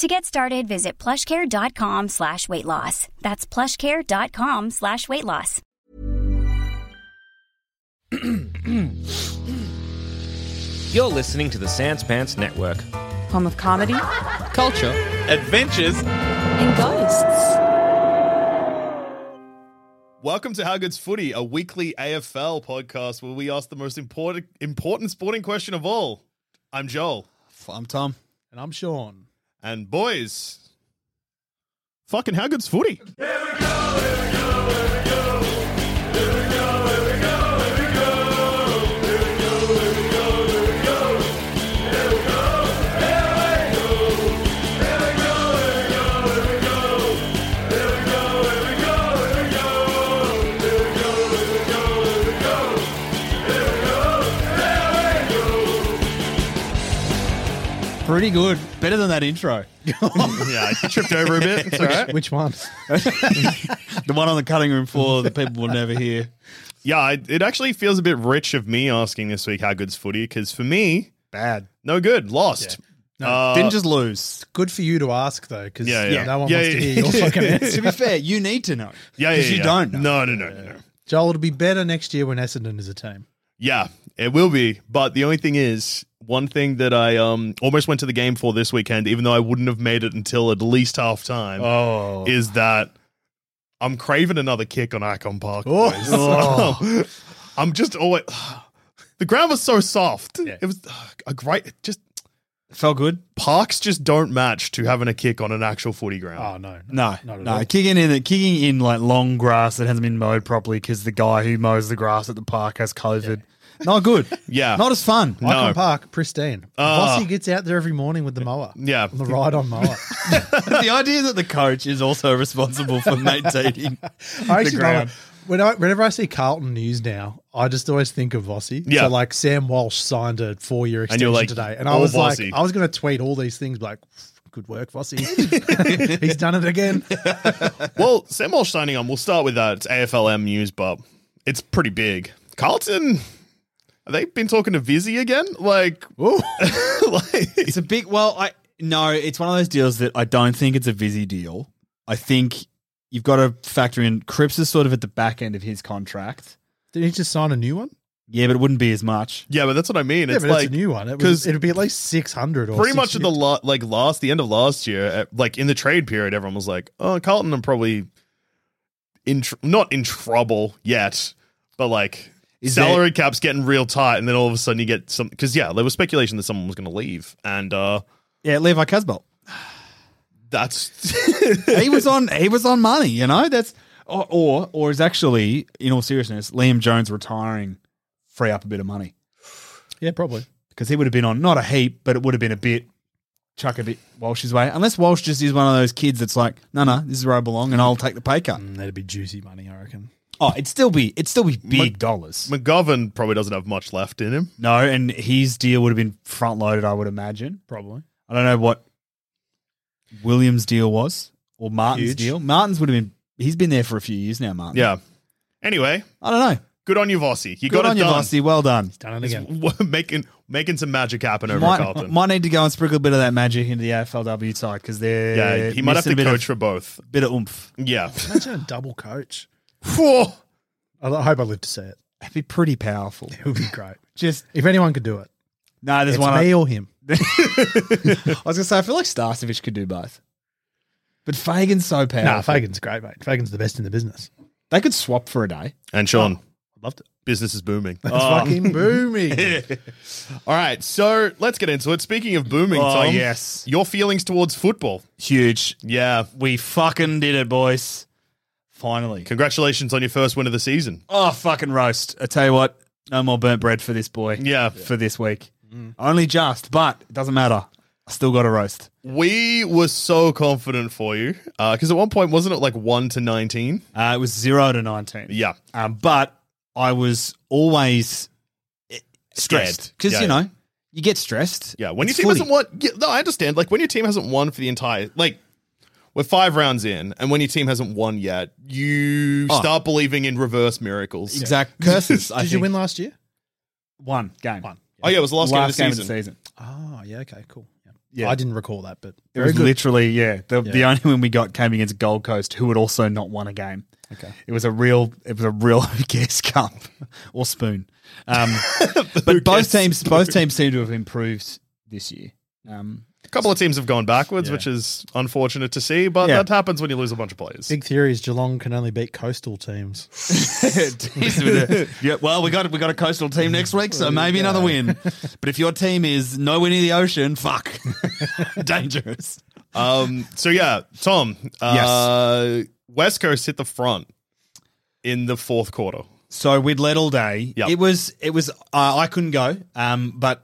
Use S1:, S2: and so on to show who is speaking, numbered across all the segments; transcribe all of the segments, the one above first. S1: To get started, visit plushcare.com slash weight loss. That's plushcare.com slash weight loss.
S2: You're listening to the Sans Pants Network.
S3: Home of comedy.
S4: Culture.
S5: Adventures.
S3: And ghosts.
S5: Welcome to How Good's Footy, a weekly AFL podcast where we ask the most important important sporting question of all. I'm Joel,
S4: I'm Tom. And I'm Sean.
S5: and boys, fucking How Good's Footy.
S4: Pretty good. Better than that intro.
S5: yeah, I tripped over a bit. It's all right.
S6: Which one?
S4: the one on the cutting room floor that people will never hear.
S5: Yeah, I, it actually feels a bit rich of me asking this week How Good's Footy because for me,
S4: Bad.
S5: no good, lost.
S4: No,
S5: Uh,
S4: didn't just lose.
S6: Good for you to ask though, because
S5: Yeah, yeah.
S6: no one
S5: Yeah,
S6: wants to
S5: yeah.
S6: hear your fucking
S4: to
S6: answer.
S4: be fair, you need to know.
S5: Yeah, yeah,
S4: 'Cause you
S5: yeah.
S4: don't know.
S5: No, no, no, no, no.
S6: Joel, it'll be better next year when Essendon is a team.
S5: Yeah, it will be. But the only thing is, one thing that I um almost went to the game for this weekend, even though I wouldn't have made it until at least half time,
S6: Oh,
S5: is that I'm craving another kick on Icon Park.
S6: Oh.
S5: boys. I'm just always. The ground was so soft. It was a great. Just
S4: Felt good?
S5: parks just don't match to having a kick on an actual footy ground.
S6: oh no,
S4: No,
S6: Not at
S4: no,
S6: all.
S4: kicking in, kicking in like long grass that hasn't been mowed properly because the guy who mows the grass at the park has COVID. Not good.
S5: Yeah.
S4: not as fun.
S5: No.
S6: Icon Park pristine.
S5: Ah.
S6: Bossy gets out there every morning with the mower.
S5: Yeah.
S6: on the ride-on mower.
S4: the idea that the coach is also responsible for maintaining
S6: I
S4: the
S6: actually love
S4: ground.
S6: it. When I, whenever I see Carlton news now, I just always think of Vossi.
S5: Yeah.
S6: So like Sam Walsh signed a four-year
S5: And you're
S6: extension
S5: like,
S6: today, and I
S4: "Oh,
S5: all
S6: was
S5: Vossi.
S6: like, I was going to tweet all these things, like, good work, Vossi. He's done it again.
S5: Well, Sam Walsh signing on. We'll start with that. It's AFLM news, but it's pretty big. Carlton, have they been talking to Vizzy again? Like, like
S4: It's a big. Well, I no. It's one of those deals that I don't think it's a Vizzy deal. I think you've got to factor in Cripps is sort of at the back end of his contract.
S6: Did he just sign a new one?
S4: Yeah, but it wouldn't be as much.
S5: yeah, but that's what I mean. it's
S6: yeah, but
S5: like
S6: it's a new one. It
S5: 'cause
S6: was, it'd be at least six hundred or
S5: pretty much at the
S6: 650.
S5: la- like last the end of last year, at, like in the trade period, everyone was like, "Oh, Carlton are probably in tr- not in trouble yet, but like."
S4: Is
S5: salary cap's getting real tight, and then all of a sudden you get some because yeah, there was speculation that someone was going to leave, and uh
S4: Yeah, Levi Casbolt.
S5: that's
S4: he was on. He was on money. You know, that's or or, or is actually in all seriousness, Liam Jones retiring free up a bit of money
S6: yeah, probably.
S4: because he would have been on not a heap, but it would have been a bit. Chuck a bit Walsh's way, unless Walsh just is one of those kids that's like, no, no, this is where I belong, and I'll take the pay cut.
S6: Mm, that'd be juicy money, I reckon.
S4: Oh, it'd still be, it'd still be big
S5: Mc-
S4: dollars.
S5: McGovern probably doesn't have much left in him.
S4: No, and his deal would have been front loaded, I would imagine.
S6: Probably.
S4: I don't know what Williams' deal was or Martin's
S6: Huge.
S4: deal. Martin's would have been, he's been there for a few years now, Martin.
S5: Yeah. Anyway,
S4: I don't know.
S5: Good on you, Vossi. You
S4: Good
S5: got
S4: on
S5: it
S4: you,
S5: done.
S4: Vossi. Well done.
S6: Done it again.
S5: making making some magic happen over at
S4: Might,
S5: Carlton.
S4: might need to go and sprinkle a bit of that magic into the AFLW side because they're
S5: yeah, he might have
S4: missing
S5: to
S4: a bit
S5: coach
S4: of,
S5: for both.
S4: bit of oomph.
S5: Yeah.
S6: Imagine a double coach.
S5: Phew.
S6: I I hope I live to see it.
S4: It'd be pretty powerful.
S6: It would be great.
S4: Just
S6: If anyone could do it,
S4: no, there's
S6: it's
S4: one.
S6: me
S4: I,
S6: or him.
S4: I was gonna say I feel like Starcevich could do both, but Fagan's so powerful.
S6: Nah, Fagan's great, mate. Fagan's the best in the business.
S4: They could swap for a day.
S5: And
S4: Oh,
S5: Sean,
S6: Loved it.
S5: business is booming.
S6: That's
S5: Oh.
S6: fucking booming.
S5: All right, so let's get into it. Speaking of booming,
S4: Oh,
S5: Tom,
S4: yes.
S5: your feelings towards football.
S4: Huge.
S5: Yeah.
S4: We fucking did it, boys. Finally.
S5: Congratulations on your first win of the season.
S4: Oh, fucking roast. I tell you what, no more burnt bread for this boy.
S5: Yeah. Mm.
S4: For this week. Only just, but it doesn't matter. I still got a roast.
S5: We were so confident for you because at one point wasn't it like one to nineteen?
S4: Uh, it was zero to 19.
S5: Yeah,
S4: Um, but I was always eh,
S5: Scared.
S4: stressed. Because,
S5: Yeah,
S4: you
S5: yeah.
S4: know, you get stressed.
S5: yeah. When
S4: It's
S5: your team
S4: footy.
S5: hasn't won, yeah, no, I understand. Like when your team hasn't won for the entire like. We're five rounds in, and when your team hasn't won yet, you
S4: Oh.
S5: start believing in reverse miracles.
S4: Exact curses. I
S6: Did you
S4: think.
S6: win last year?
S4: One game.
S6: One.
S5: Oh yeah, it was the last, game of the season.
S4: season.
S6: Oh, yeah. Okay, cool. Yeah.
S4: Yeah.
S6: I didn't recall that, but
S4: It
S6: very
S4: was
S6: good.
S4: literally, yeah the, the
S6: Yeah.
S4: only one we got came against Gold Coast, who had also not won a game. Okay. It was a real, it was a real who cares cup or spoon. Um, but both teams, both teams seem to have improved this year. Um,
S5: A couple of teams have gone backwards,
S6: Yeah.
S5: which is unfortunate to see, but
S4: Yeah.
S5: that happens when you lose a bunch of players.
S6: Big theory is Geelong can only beat coastal teams.
S4: Jeez, with the- yeah, well, we got we got a coastal team next week, so maybe another win. But if your team is nowhere near the ocean, fuck, dangerous.
S5: Um, so yeah, Tom. Uh, West Coast hit the front in the fourth quarter.
S4: So we'd led all day.
S5: Yep.
S4: It was it was uh, I couldn't go, um, but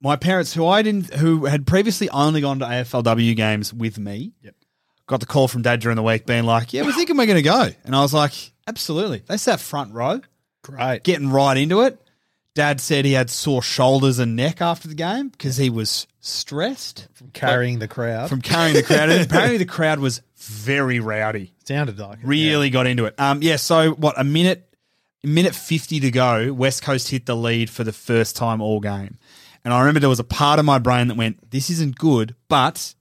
S4: my parents who I didn't who had previously only gone to AFLW games with me. Yep. Got the call from Dad during the week, being like, "Yeah, we're thinking we're going to go," and I was like, "Absolutely." They sat front row,
S6: Great.
S4: getting right into it. Dad said he had sore shoulders and neck after the game because he was stressed
S6: Carrying the crowd.
S4: from carrying the crowd. And apparently, the crowd was very rowdy
S6: Sounded like it.
S4: really got into it. Um, yeah. So what? A minute, minute fifty to go. West Coast hit the lead for the first time all game, and I remember there was a part of my brain that went, "This isn't good," but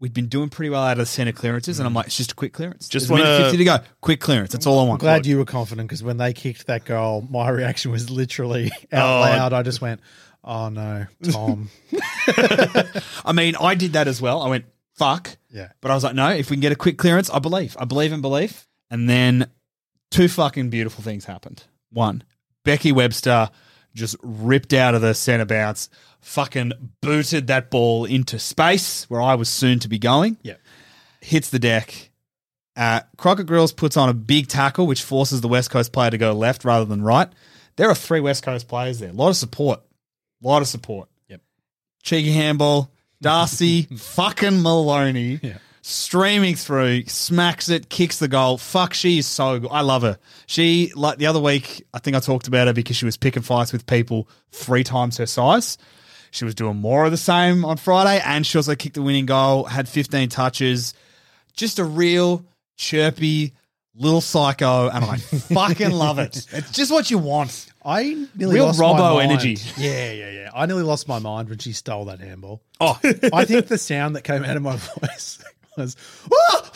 S4: we'd been doing pretty well out of the center clearances, and I'm like, "It's just a quick clearance.
S5: Just
S4: There's a minute
S5: wanna-
S4: fifty to go. Quick clearance. That's all I
S6: I'm
S4: want."
S6: glad you were confident because when they kicked that goal, my reaction was literally out
S5: Oh.
S6: loud. I just went, "Oh no, Tom!"
S4: I mean, I did that as well. I went, "Fuck."
S6: yeah,
S4: But I was like, no, if we can get a quick clearance, I believe. I believe in belief. And then two fucking beautiful things happened. One, Becky Webster just ripped out of the center bounce, fucking booted that ball into space where I was soon to be going.
S6: Yep.
S4: Hits the deck. Uh, Crockett Grills puts on a big tackle, which forces the West Coast player to go left rather than right. There are three West Coast players there. A lot of support. A lot of support.
S6: Yep.
S4: Cheeky handball. Darcy fucking Maloney
S6: Yeah.
S4: streaming through, smacks it, kicks the goal. Fuck, she is so good. I love her. She, like the other week, I think I talked about her because she was picking fights with people three times her size. She was doing more of the same on Friday, and she also kicked the winning goal, had 15 touches. Just a real chirpy little psycho, and I fucking love it. It's just what you want.
S6: I nearly
S4: Real
S6: lost
S4: Robbo
S6: my mind.
S4: energy.
S6: Yeah, yeah, yeah. I nearly lost my mind when she stole that handball.
S4: Oh,
S6: I think the sound that came out of my voice was, "Ah!"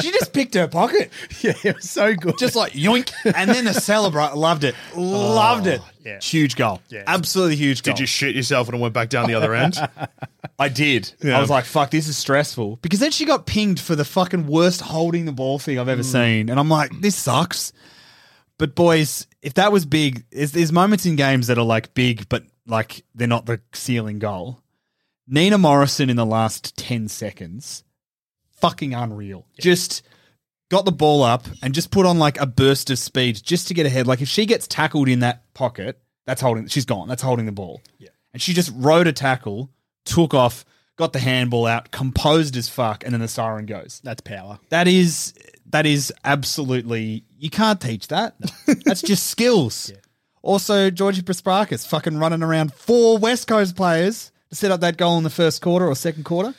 S4: she just picked her pocket.
S6: yeah, it was so good.
S4: just like yoink, and then the celebrate. Loved it, loved it.
S6: yeah.
S4: Huge goal,
S6: Yeah.
S4: absolutely huge.
S5: Did
S4: goal.
S5: you shit yourself when it went back down the other end?
S4: I did. I was like, fuck, this is stressful because then she got pinged for the fucking worst holding the ball thing I've ever seen, and I'm like, this sucks. But boys, if that was big, there's, there's moments in games that are like big, but like they're not the ceiling goal. Nina Morrison in the last ten seconds, fucking unreal. Just got the ball up and just put on like a burst of speed just to get ahead. Like if she gets tackled in that pocket, that's holding. She's gone. That's holding the ball. Yeah. And she just rode a tackle, took off, got the handball out, composed as fuck, and then the siren goes.
S6: That's power.
S4: That is that is absolutely you can't teach that. That's just skills. Also, Georgie Prasparkas fucking running around four West Coast players to set up that goal in the first quarter or second quarter.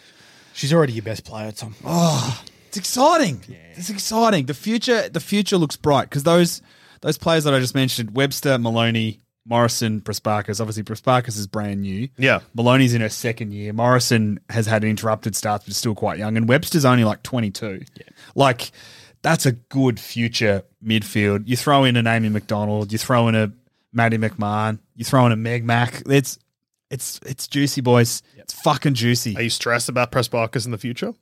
S6: She's already your best player, Tom.
S4: Oh. It's exciting. It's exciting. The future the future looks bright because those those players that I just mentioned, Webster, Maloney, Morrison, Prasparkas. Obviously, Prasparkas is brand new.
S5: Yeah.
S4: Maloney's in her second year. Morrison has had an interrupted start, but is still quite young. And Webster's only like 22. Yeah. Like, that's a good future midfield. You throw in an Amy McDonald, you throw in a Maddie McMahon, you throw in a Meg Mac. It's it's it's juicy, boys. It's fucking juicy.
S5: Are you stressed about press Barkers in the future?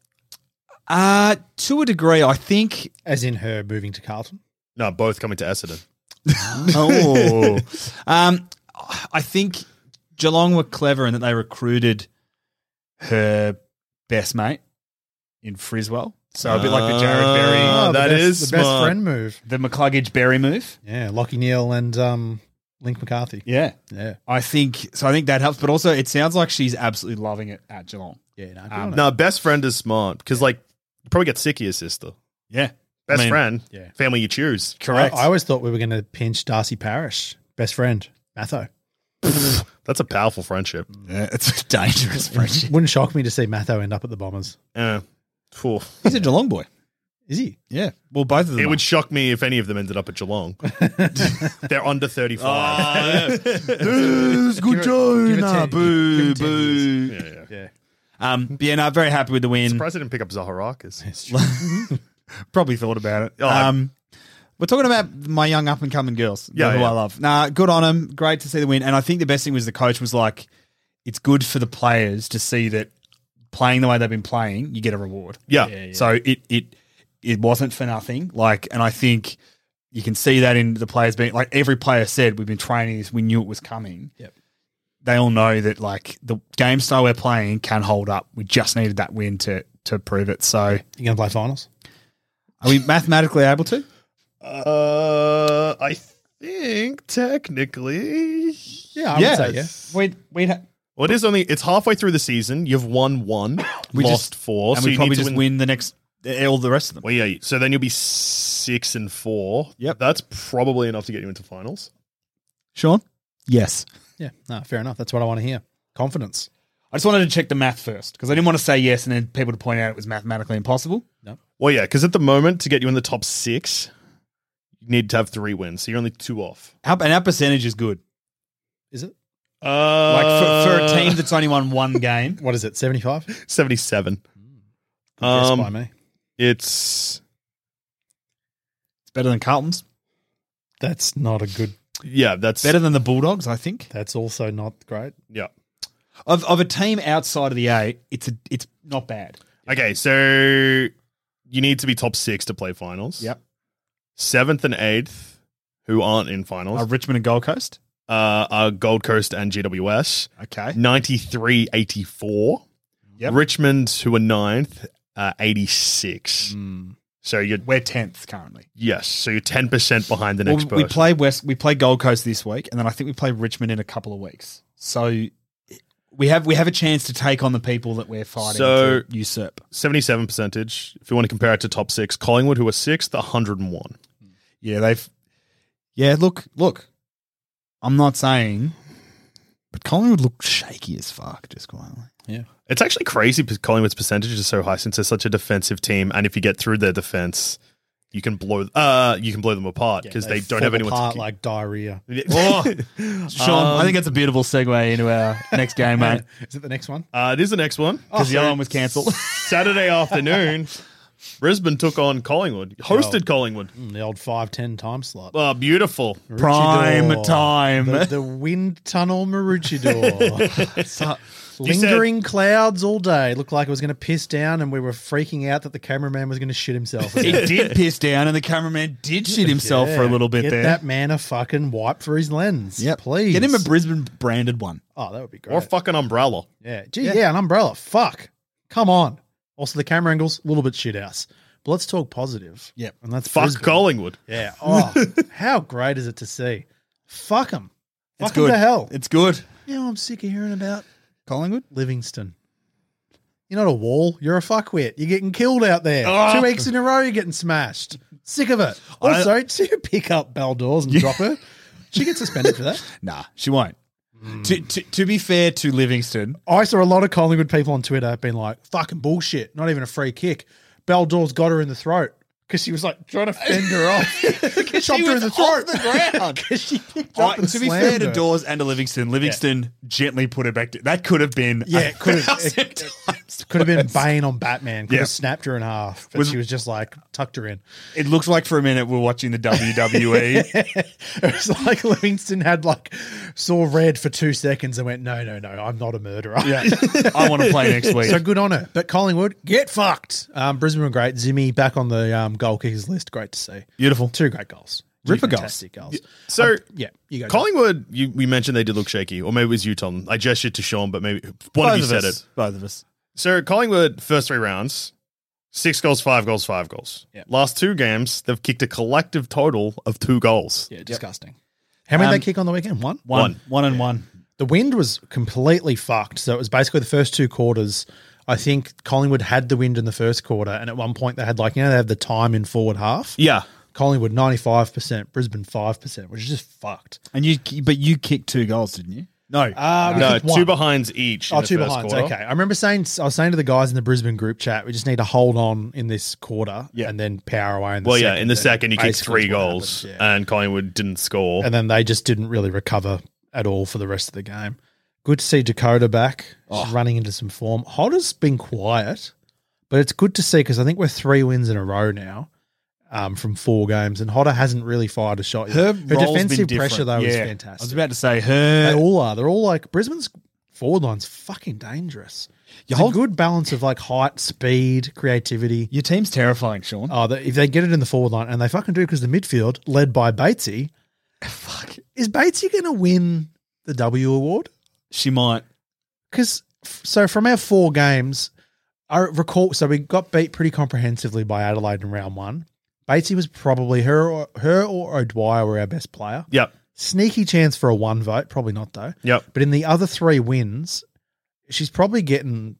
S4: Uh to a degree, I think.
S6: As in her moving to Carlton.
S5: No, both coming to Essendon.
S4: Oh, um, I think Geelong were clever in that they recruited her best mate in Friswell. So a bit like the Jared
S5: Ah.
S4: Berry,
S5: Oh, that
S6: the best,
S5: is
S6: the best
S5: smart.
S6: friend move.
S4: the McCluggage Berry move.
S6: Yeah, Lockie Neal and um, Link McCarthy.
S4: Yeah,
S6: yeah,
S4: I think so. I think that helps, but also it sounds like she's absolutely loving it at Geelong.
S6: yeah. No, good
S4: Um,
S6: on her.
S5: No, best friend is smart because like you probably get sick of your sister.
S4: Yeah,
S5: Best
S4: I mean,
S5: friend,
S6: yeah.
S5: family you choose.
S4: correct.
S6: I, I always thought we were going to pinch Darcy Parish, best friend Matho.
S5: That's a powerful friendship.
S4: yeah, it's a dangerous friendship.
S6: Wouldn't shock me to see Matho end up at the Bombers.
S5: Yeah. Phew.
S4: He's a Geelong boy.
S6: Is he?
S4: Yeah, well, both of them.
S5: It
S4: are.
S5: would shock me if any of them ended up at Geelong. They're under 35.
S4: Booze, good
S6: give it
S4: joke. Nah,
S6: ten- give
S4: boo,
S6: it ten years.
S4: boo.
S5: yeah, yeah.
S6: Yeah.
S4: Um, but yeah, no, very happy with the win.
S5: Surprised they didn't pick up Zaharakis.
S4: Mm-hmm. Probably thought about it.
S5: Oh, I-
S4: um, we're talking about my young up and coming girls,
S5: Yeah,
S4: who
S5: yeah.
S4: I love. Nah, good on them. Great to see the win. And I think the best thing was the coach was like, it's good for the players to see that playing the way they've been playing, you get a reward.
S5: Yeah.
S4: So it it it wasn't for nothing. Like, and I think you can see that in the players being like every player said, we've been training this, we knew it was coming.
S6: Yep.
S4: They all know that like the game style we're playing can hold up. We just needed that win to to prove it. So
S6: You going to play finals?
S4: are we mathematically able to?
S5: Uh, I think technically.
S6: Yeah, I would say yeah.
S4: We'd, we'd ha-
S5: Well, it is only it's halfway through the season. You've won one,
S4: We
S5: lost
S4: just-
S5: four,
S4: and
S5: so
S4: we
S5: you need
S4: probably
S5: to
S4: just
S5: win.
S4: win. the next all the rest of them.
S5: Well, yeah. So then you'll be six and four.
S4: Yep.
S5: that's probably enough to get you into finals.
S4: Sean, yes.
S6: Yeah, no, fair enough. That's what I want to hear. Confidence.
S4: I just wanted to check the math first because I didn't want to say yes and then people to point out it was mathematically impossible.
S5: Well, yeah, because at the moment to get you in the top six, you need to have three wins. So you're only two off.
S4: How, and our percentage is good.
S6: Is it?
S5: Uh,
S4: Like for, for a team that's only won one game,
S6: What is it? Seventy-five. Good
S5: seventy-seven,
S6: Hmm. guess
S5: Um,
S6: by me.
S5: it's
S4: it's better than Carlton's.
S6: That's not a good.
S5: yeah, that's
S4: Better than the Bulldogs, I think.
S6: That's also not great.
S5: Yeah.
S4: Of, of a team outside of the eight, it's a, it's not bad.
S5: Okay, so you need to be top six to play finals. Seventh and eighth, who aren't in
S4: Uh,
S5: finals,
S4: Richmond and Gold Coast.
S5: uh, are Gold Coast and GWS.
S4: Okay.
S5: 93 84.
S4: Yep.
S5: Richmond, who are ninth, uh, 86. So you're,
S4: We're tenth currently.
S5: yes, so you're 10% behind the
S4: Well,
S5: next
S4: we
S5: person.
S4: play West. We play Gold Coast this week, and then I think we play Richmond in a couple of weeks. So we have we have a chance to take on the people that we're fighting
S5: So-
S4: to usurp.
S5: 77 percentage. If you want to compare it to top six, Collingwood, who are sixth, 101.
S4: Yeah, they've. Yeah, look, look. I'm not saying, but Collingwood looked shaky as fuck. Just quietly,
S5: It's actually crazy because Collingwood's percentage is so high since they're such a defensive team. And if you get through their defense, you can blow uh you can blow them apart because they, don't have
S6: fall
S5: anyone
S6: apart
S5: to oh,
S6: like diarrhea.
S5: keep.
S4: Sean.
S6: Um,
S4: I think that's a beautiful segue into our next game, mate.
S6: Is it the next one?
S5: uh, this is the next one.
S6: Oh,
S4: Because the other one was cancelled.
S5: Saturday afternoon, Brisbane took on Collingwood, hosted Collingwood.
S6: Mm, the old five ten time slot.
S5: Oh, beautiful.
S6: Maroochydore.
S4: Prime time.
S6: The, the wind tunnel Maroochydore. So-
S5: said-
S6: lingering clouds all day. Looked like it was going to piss down, and we were freaking out that the cameraman was going to shit himself.
S4: It did piss down, and the cameraman did shit himself for a
S6: Yeah.
S4: little bit
S6: Get
S4: there.
S6: That man a fucking wipe for his lens.
S4: Yep.
S6: please.
S4: Get him a Brisbane branded one.
S6: oh, that would be great.
S5: Or fucking umbrella.
S6: yeah, gee, yeah. an umbrella. Fuck, come on. Also, the camera angles a little bit shit house. But let's talk positive.
S4: Yep.
S6: and that's
S5: Fuck
S6: Brisbane.
S5: Collingwood.
S6: Yeah. Oh, how great is it to see? Fuck them.
S4: It's
S6: Fuck 'em
S4: good.
S6: to hell.
S4: It's good.
S6: you know, I'm sick of hearing about
S4: Collingwood.
S6: Livingston. You're not a wall. You're a fuckwit. You're getting killed out there.
S4: Ah.
S6: Two weeks in a row, you're getting smashed. Sick of it. Also, did you pick up Baldors and drop her? She gets suspended for that.
S4: Nah, she won't. To, to, to be fair to Livingston,
S6: I saw a lot of Collingwood people on Twitter being like, fucking bullshit. Not even a free kick. Baldors got her in the throat. because she was like trying to fend her off. Chopped her in the throat. Because she picked up and
S4: to be
S6: slammed
S4: fair to
S6: her.
S4: Dawes and to Livingston, Livingston gently put it back. To, that could have been
S6: Yeah,
S4: a
S6: it could have-
S4: thousand
S6: it-
S4: times
S6: Could have been
S4: worse.
S6: Bane on Batman. Could
S4: Yeah.
S6: have snapped her in half. But
S4: Was-
S6: she was just like tucked her in.
S4: It looked like for a minute we're watching the E. WWE.
S6: It was like Livingston had like saw red for two seconds and went, no, no, no, I'm not a murderer.
S4: I want to play next week.
S6: so good on her. But Collingwood, get fucked. Um, Brisbane were great. Zimmy back on the um, goal kickers list. Great to see.
S4: Beautiful.
S6: Two great goals. Two
S4: Ripper goals.
S6: fantastic goals. Um,
S5: So
S6: Yeah, you go.
S5: Collingwood, you, we mentioned they did look shaky, or maybe it was you, Tom. I gestured to Sean, but maybe one of you said
S4: us.
S5: it.
S4: Both of us.
S5: So Collingwood, first three rounds, six goals, five goals, five goals.
S6: Yeah.
S5: Last two games, they've kicked a collective total of two goals.
S6: Yeah, disgusting. How many
S4: Um,
S6: did they kick on the weekend? One?
S4: One.
S5: One.
S4: One and one.
S6: The wind was completely fucked. So it was basically the first two quarters. I think Collingwood had the wind in the first quarter, and at one point they had like you know they have the time in forward half.
S5: Yeah.
S6: Collingwood ninety five percent, Brisbane five percent, which is just fucked.
S4: And you, but you kicked two goals, didn't you? No.
S6: Um,
S5: Uh, No, two behinds each. in
S6: Oh,
S5: the
S6: two
S5: first
S6: behinds.
S5: quarter.
S6: Okay, I remember saying I was saying to the guys in the Brisbane group chat, we just need to hold on in this quarter,
S4: Yeah.
S6: and then power away. In the
S5: Well, yeah,
S6: second,
S5: in the
S6: and
S5: second, you kicked
S6: basically
S5: three
S6: is what
S5: goals,
S6: happened, yeah.
S5: and Collingwood didn't score.
S6: and then they just didn't really recover at all for the rest of the game. Good to see Dakota back.
S4: Oh.
S6: She's running into some form. Hodder's been quiet, but it's good to see because I think we're three wins in a row now um, from four games, and Hodder hasn't really fired a shot yet.
S4: her role's been
S6: defensive
S4: different.
S6: pressure though is
S4: Yeah.
S6: fantastic.
S4: I was about to say her.
S6: they all are. They're all like Brisbane's forward line's fucking dangerous.
S4: Your
S6: It's
S4: whole-
S6: a good balance of like height, speed, creativity.
S4: your team's terrifying, Sean.
S6: Oh, they- if they get it in the forward line, and they fucking do because the midfield, led by Batesy, fuck, is Batesy going to win the W award?
S4: She might.
S6: Because so from our four games, I recall so we got beat pretty comprehensively by Adelaide in round one. Batesy was probably her, or, her or O'Dwyer were our best player.
S5: yep,
S6: Sneaky chance for a one vote, probably not though.
S5: yep.
S6: But in the other three wins, she's probably getting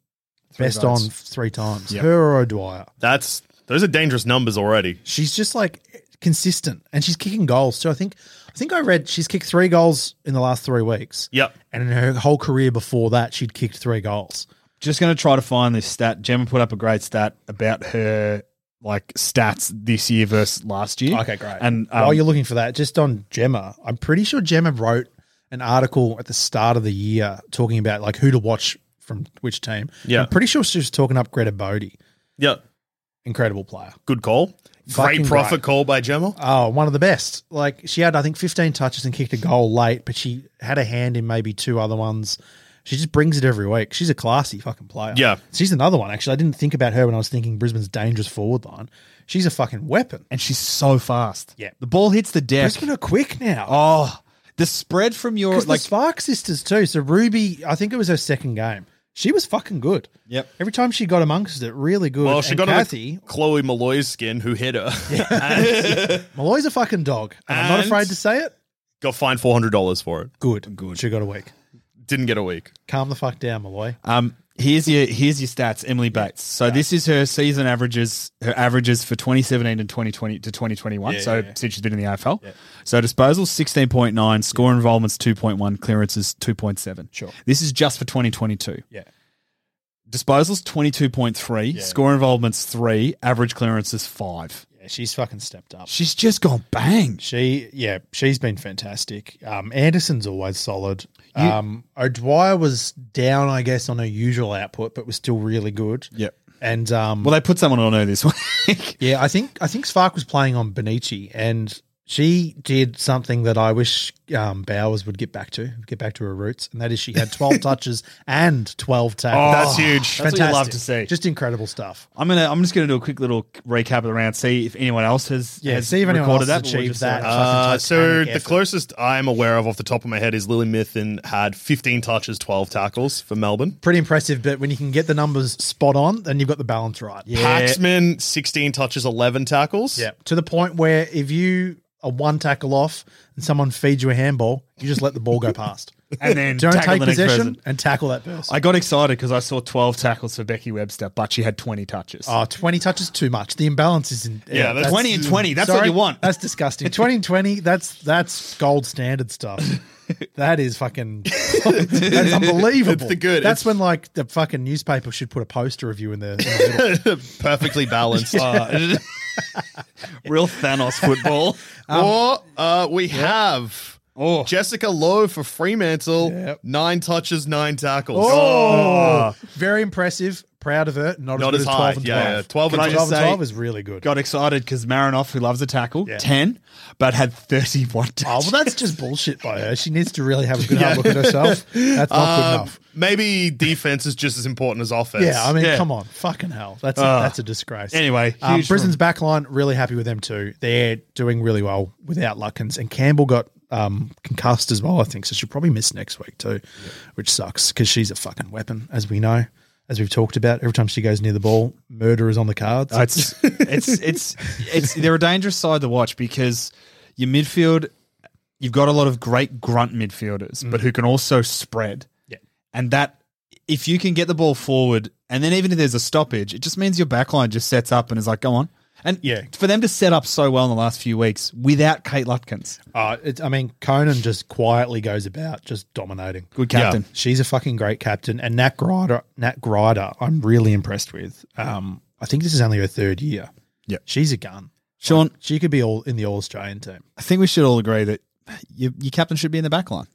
S6: best
S4: votes.
S6: on three times.
S4: Yep.
S6: Her or O'Dwyer.
S5: That's those are dangerous numbers already.
S6: She's just like consistent and she's kicking goals too. I think I think I read she's kicked three goals in the last three weeks.
S5: Yep.
S6: And in her whole career before that, she'd kicked three goals.
S4: Just going to try to find this stat. Gemma put up a great stat about her like stats this year versus last year. And um,
S6: while you're looking for that, just on Gemma, I'm pretty sure Gemma wrote an article at the start of the year talking about like who to watch from which team.
S5: Yeah.
S6: I'm pretty sure she was talking up Greta Bodie.
S5: Yep.
S6: Incredible player.
S5: Good call.
S6: Fucking
S5: Great profit
S6: great.
S5: call by Gemma.
S6: Oh, one of the best. Like she had, I think, 15 touches and kicked a goal late, but she had a hand in maybe two other ones. She just brings it every week. She's a classy fucking player.
S5: Yeah.
S6: She's another one, actually. I didn't think about her when I was thinking Brisbane's dangerous forward line. She's a fucking weapon.
S4: and she's so fast.
S6: Yeah.
S4: The ball hits the deck.
S6: Brisbane are quick now.
S4: Oh, the spread from your
S6: Because
S4: like
S6: the Spark sisters, too. So Ruby, I think it was her second game. She was fucking good.
S4: Yep.
S6: Every time she got amongst it, really good.
S5: Well, she
S6: And
S5: got
S6: Kathy.
S5: Kathy. Chloe Malloy's skin, who hit her,
S6: Malloy's a fucking dog. And I'm not
S5: And-
S6: afraid to say it.
S5: got fined four hundred dollars for it.
S6: Good. Good. She got a week.
S5: Didn't get a week.
S6: Calm the fuck down, Malloy.
S4: Um, here's your here's your stats, Emily Bates. So this is her season averages, her averages for 2017 and 2020 to 2021. so since she's been in the AFL, so disposals 16.9, score involvements 2.1, clearances 2.7.
S6: Sure.
S4: This is just for 2022.
S6: Yeah.
S4: Disposals 22.3, score involvements three, average clearances five.
S6: Yeah, she's fucking stepped up.
S4: She's just gone bang.
S6: She, yeah, she's been fantastic. Um, Anderson's always solid.
S4: You-
S6: um, O'Dwyer was down, I guess, on her usual output, but was still really good.
S4: Yep.
S6: And um,
S4: Well, they put someone on her this week.
S6: yeah, I think I think Spark was playing on Benici, and she did something that I wish um, Bowers would get back to, get back to her roots, and that is she had twelve touches and twelve tackles.
S4: Oh, That's
S5: huge.
S4: That's what you love to see.
S6: Just incredible stuff.
S4: I'm gonna. I'm just gonna do a quick little recap of the round. See if anyone else has.
S6: Yeah,
S4: has
S6: see if anyone
S4: recorded
S6: else
S4: that. but
S6: has
S4: we'll
S6: achieved
S4: just sort of-
S6: that.
S5: Uh,
S6: Fucking
S5: so
S6: titanic
S5: the
S6: effort.
S5: closest I'm aware of off the top of my head is Lily Mithin had 15 touches, 12 tackles for Melbourne.
S6: Pretty impressive, but when you can get the numbers spot on, then you've got the balance right. Yeah.
S5: Paxman, 16 touches, 11 tackles.
S6: Yeah. To the point where if you are one tackle off and someone feeds you a handball, you just let the ball go past.
S4: and then
S6: Don't
S4: tackle
S6: take
S4: the next
S6: possession
S4: person.
S6: and tackle that person.
S4: I got excited because I saw 12 tackles for Becky Webster, but she had 20 touches.
S6: Oh, 20 touches too much. The imbalance is in
S5: Yeah, that's-
S4: 20 and 20. That's what you want.
S6: That's disgusting. 20 and 20, that's that's gold standard stuff. That is fucking that's unbelievable.
S5: It's the good-
S6: That's
S5: it's-
S6: when like the fucking newspaper should put a poster of you in the, in the middle.
S5: Perfectly balanced.
S4: Uh, real Thanos football.
S5: or uh, we have
S4: Oh.
S5: Jessica Lowe for Fremantle. Nine touches, nine tackles.
S6: Oh, very impressive. Proud of her. Not,
S5: Not
S6: as,
S5: as
S6: good as
S5: high.
S6: 12 and
S5: Yeah, yeah.
S6: 12.
S5: 12 and
S6: Because
S5: 12
S4: say-
S6: 12 is really good.
S4: Got excited because Marinoff, who loves a tackle, 10, but had 31 touches.
S6: Oh, well, that's just bullshit by her. She needs to really have a good hard look at herself. That's not good
S5: Um,
S6: enough.
S5: maybe defense is just as important as offense.
S6: Yeah, I mean,
S4: Yeah.
S6: come on, fucking hell, that's a, that's a disgrace.
S4: Anyway,
S6: um,
S4: huge
S6: Brisbane's backline really happy with them too. They're doing really well without Luckins, and Campbell got um, concussed as well, I think, so she'll probably miss next week too, which sucks because she's a fucking weapon, as we know, as we've talked about. Every time she goes near the ball, murder is on the cards.
S4: Uh, It's it's it's it's they're a dangerous side to watch because your midfield, you've got a lot of great grunt midfielders, but who can also spread.
S6: Mm. Yeah.
S4: and that if you can get the ball forward, and then even if there's a stoppage, it just means your backline just sets up and is like, go on. And
S6: Yeah.
S4: for them to set up so well in the last few weeks without Kate Lutkins,
S6: Uh, it's, I mean, Conan just quietly goes about just dominating.
S4: good captain.
S6: She's a fucking great captain, and Nat Grider, Nat Grider, I'm really impressed with. Um, I think this is only her third year.
S4: Yep.
S6: she's a gun.
S4: Sean,
S6: She could be all in the All Australian team.
S4: I think we should all agree that your, your captain should be in the backline.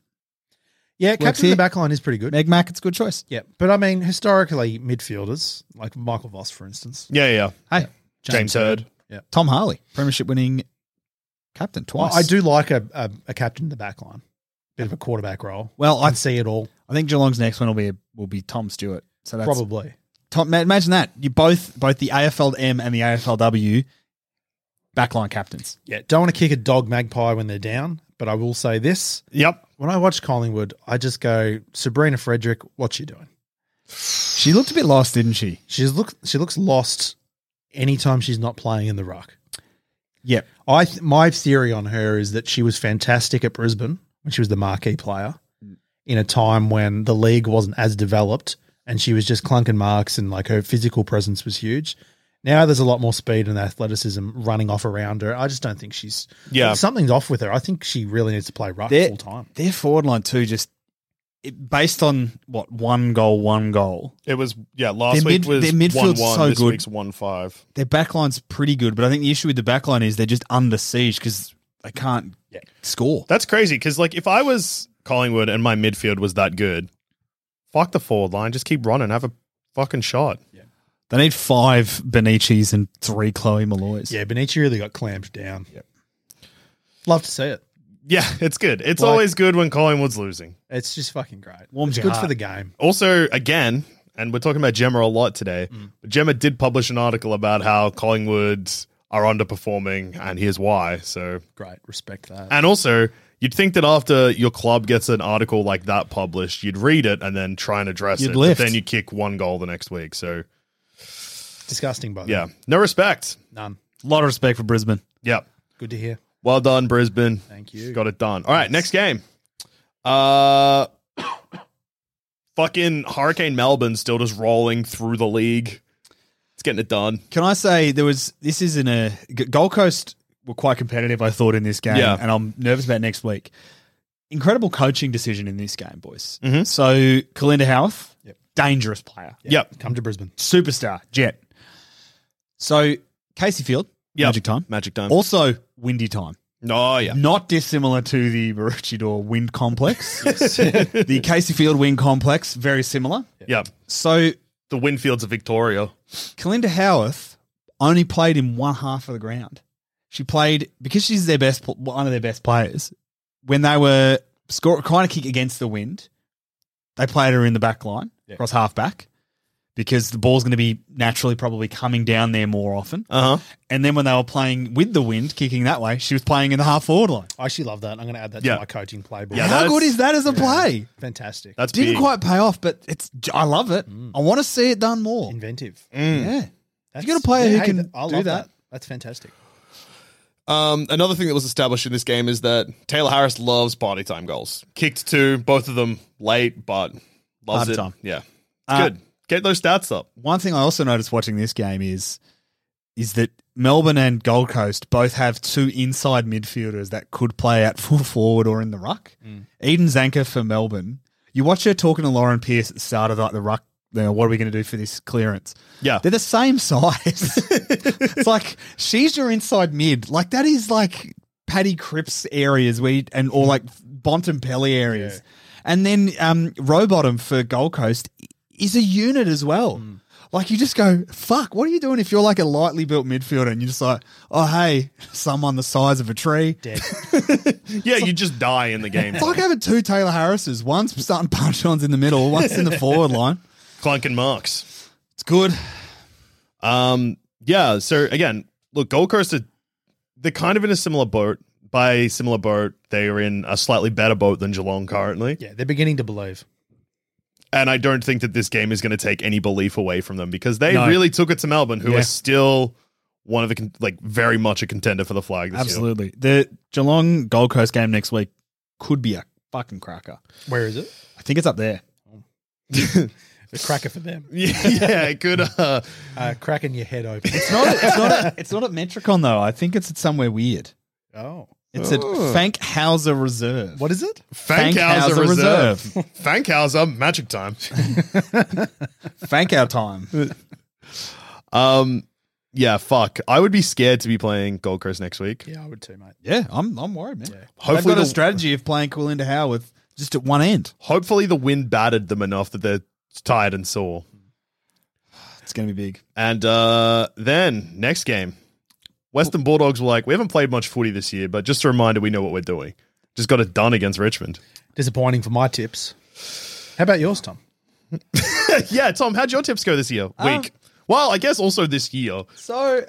S6: Yeah, captain
S4: here.
S6: of the back line is pretty good.
S4: Meg Mack, it's a good choice.
S6: yeah, but I mean, historically, midfielders like Michael Voss, for instance,
S5: Yeah, yeah.
S4: Hey,
S5: James Hurd.
S4: Tom Harley, premiership winning captain twice.
S6: I, I do like a, a, a captain in the back line, bit of a quarterback role.
S4: Well,
S6: I
S4: I
S6: can see it all,
S4: I think Geelong's next one will be will be Tom Stewart. So that's
S6: probably.
S4: Tom, ma- imagine that you both both the AFLM and the AFLW backline captains.
S6: Yeah, don't want to kick a dog magpie when they're down, but I will say this:
S5: Yep.
S6: when I watch Collingwood, I just go, Sabrina Frederick, what's she doing?
S4: She looked a bit lost, didn't she?
S6: She's look she looks lost anytime she's not playing in the ruck.
S4: Yep.
S6: I th- my theory on her is that she was fantastic at Brisbane when she was the marquee player in a time when the league wasn't as developed and she was just clunking marks and like her physical presence was huge. Now there's a lot more speed and athleticism running off around her. I just don't think she's
S5: Yeah.
S6: something's off with her. I think she really needs to play ruck
S4: They're-
S6: full time.
S4: Uh, Their forward line too, just it, based on what one goal, one goal.
S5: It was yeah. Last
S4: Their
S5: week
S4: mid-
S5: was
S4: their midfield's
S5: one one.
S4: so
S5: this
S4: good.
S5: week's one five.
S4: Their backline's pretty good, but I think the issue with the backline is they're just under siege because they can't score.
S5: That's crazy because like if I was Collingwood and my midfield was that good, fuck the forward line. Just keep running. Have a fucking shot.
S4: They need five Benicis and three Chloe Malloys.
S6: Yeah, Benici really got clamped down. Love to see it.
S5: Yeah, it's good. It's
S6: Like-
S5: always good when Collingwood's losing.
S6: It's just fucking great.
S4: Warms
S6: it's
S4: your
S6: good
S4: heart.
S6: for the game.
S5: Also, again, and we're talking about Gemma a lot today. Gemma did publish an article about how Collingwood are underperforming, and here's why. So,
S6: Great. Respect
S4: Ah.
S6: that.
S5: and also, you'd think that after your club gets an article like that published, you'd read it and then try and address
S4: You'd
S5: it.
S4: lift.
S5: But then you kick one goal the next week. So,
S6: Disgusting, but
S5: yeah, no respect.
S6: None.
S4: A lot of respect for Brisbane.
S5: Yeah,
S6: Good to hear.
S5: well done, Brisbane.
S6: Thank you.
S5: Got it done. All right, next game. Uh, fucking Hurricane Melbourne still just rolling through the league. It's getting it done.
S4: Can I say there was this is in a G- Gold Coast were quite competitive I thought in this game
S5: Yeah.
S4: and I'm nervous about next week. Incredible coaching decision in this game, boys.
S5: Mhm.
S4: So Kalinda Health,
S6: Yep.
S4: dangerous player,
S5: Yep.
S6: Come to Brisbane.
S4: superstar, jet. So Casey Field,
S5: Yep.
S4: magic time.
S5: Magic time.
S4: Also windy time.
S5: Oh um, yeah.
S4: Not dissimilar to the Maroochydore wind complex. the Casey Field wind complex, very similar.
S5: Yeah.
S4: So
S5: The Winfields of Victoria.
S4: Kalinda Howarth only played in one half of the ground. She played because she's their best, pl- one of their best players. When they were score, kind of kick against the wind, they played her in the back line across half back because the ball's going to be naturally probably coming down there more often.
S5: Uh huh.
S4: And then when they were playing with the wind, kicking that way, she was playing in the half forward line.
S6: I actually love that. I'm going to add that
S5: Yeah.
S6: to my coaching playbook.
S5: Yeah,
S4: How
S5: that's-
S4: good is that as a play?
S6: Fantastic.
S5: That's
S4: Didn't
S5: big. Mm.
S4: quite pay off, but it's I love it. I want to see it done more.
S6: inventive.
S4: Yeah.
S6: That's,
S4: You got Mm. a player who can
S6: th- I
S4: do
S6: love
S4: that.
S6: That's fantastic.
S5: Um, another thing that was established in this game is that Taylor Harris loves party time goals. Kicked two, both of them late, but loves
S4: Party
S5: it.
S4: time.
S5: Yeah, it's
S4: Uh,
S5: good. Get those stats up.
S4: One thing I also noticed watching this game is is that Melbourne and Gold Coast both have two inside midfielders that could play at full forward or in the ruck. Eden Zanka for Melbourne. You watch her talking to Lauren Pierce at the start of like the ruck. You know, what are we going to do for this clearance?
S5: Yeah.
S4: They're the same size. it's like she's your inside mid. Like that is like Paddy Cripps areas where you, and or like Bontempelli areas. And then um Robottom for Gold Coast is a unit as well. Like you just go, fuck, what are you doing if you're like a lightly built midfielder and you're just like, oh hey, someone the size of a tree.
S5: Yeah, you just die in the game.
S4: It's like having two Taylor Harrises. One's starting punch ons in the middle, one's in the forward line.
S5: Clunking marks.
S4: It's good.
S5: Um, yeah. So again, look, Gold Coast are they're kind of in a similar boat. By similar boat, they are in a slightly better boat than Geelong currently,
S6: Yeah, they're beginning to believe.
S5: and I don't think that this game is going to take any belief away from them because they
S4: No.
S5: really took it to Melbourne, who
S4: Yeah.
S5: are still one of the con- like very much a contender for the flag. This Year.
S4: Absolutely. The Geelong Gold Coast game next week could be a fucking cracker.
S6: Where is it?
S4: I think it's up there.
S6: The cracker for them.
S5: Yeah, yeah, it could. Uh,
S6: Uh, cracking your head open.
S4: It's not. Oh, It's not. A, it's not at Metricon though. I think it's at somewhere weird.
S6: oh.
S4: It's at Fankhauser Reserve.
S6: What is it?
S5: Fankhauser
S4: Fankhauser
S5: Reserve.
S4: Reserve.
S5: Fankhauser, magic time.
S4: Fank our time.
S5: Um, yeah, fuck. I would be scared to be playing Gold Coast next week.
S6: Yeah, I would too, mate.
S4: Yeah, I'm. I'm worried, man. I've
S5: Hopefully
S4: got
S5: the-
S4: a strategy of playing Cool into How with just at one end.
S5: Hopefully, the wind battered them enough that they're tired and sore.
S4: It's going to be big.
S5: And uh, then next game, Western Bulldogs were like, we haven't played much footy this year, but just a reminder, we know what we're doing. Just got it done against Richmond.
S6: Disappointing for my tips. How about yours, Tom?
S5: yeah, Tom, how'd your tips go this year? Week.
S6: Um,
S5: well, I guess also this year.
S4: So,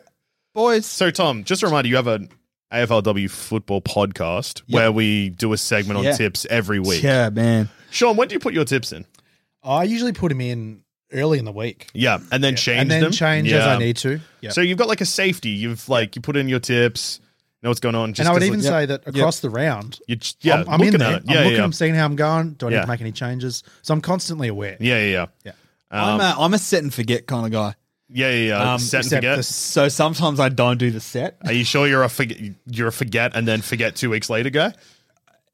S4: boys.
S5: So, Tom, just a reminder, you have an AFLW football podcast
S4: Yeah.
S5: where we do a segment on
S4: Yeah.
S5: tips every week.
S4: Yeah, man.
S5: Sean, when do you put your tips in?
S6: I usually put them in early in the week
S5: Yeah, and then change
S6: and then
S5: them.
S6: change as
S5: Yeah.
S6: I need to. Yeah.
S5: So you've got like a safety. You've like you put in your tips, know what's going on. Just
S6: and I would
S5: 'cause,
S6: even
S5: like,
S6: say that across the round,
S5: you just- yeah,
S6: I'm, I'm
S5: looking
S6: in
S5: at it.
S6: there.
S5: Yeah,
S6: I'm
S5: yeah,
S6: looking,
S5: yeah.
S6: I'm seeing how I'm going. Do I need
S5: Yeah.
S6: to make any changes? So I'm constantly aware.
S5: Yeah, yeah, yeah. Um,
S4: I'm, a, I'm a set and forget kind of guy.
S5: Yeah, yeah, yeah.
S4: Um,
S5: set and
S6: except
S5: forget.
S6: this-
S4: So sometimes I don't do the set.
S5: Are you sure you're a forget, you're a forget and then forget two weeks later guy?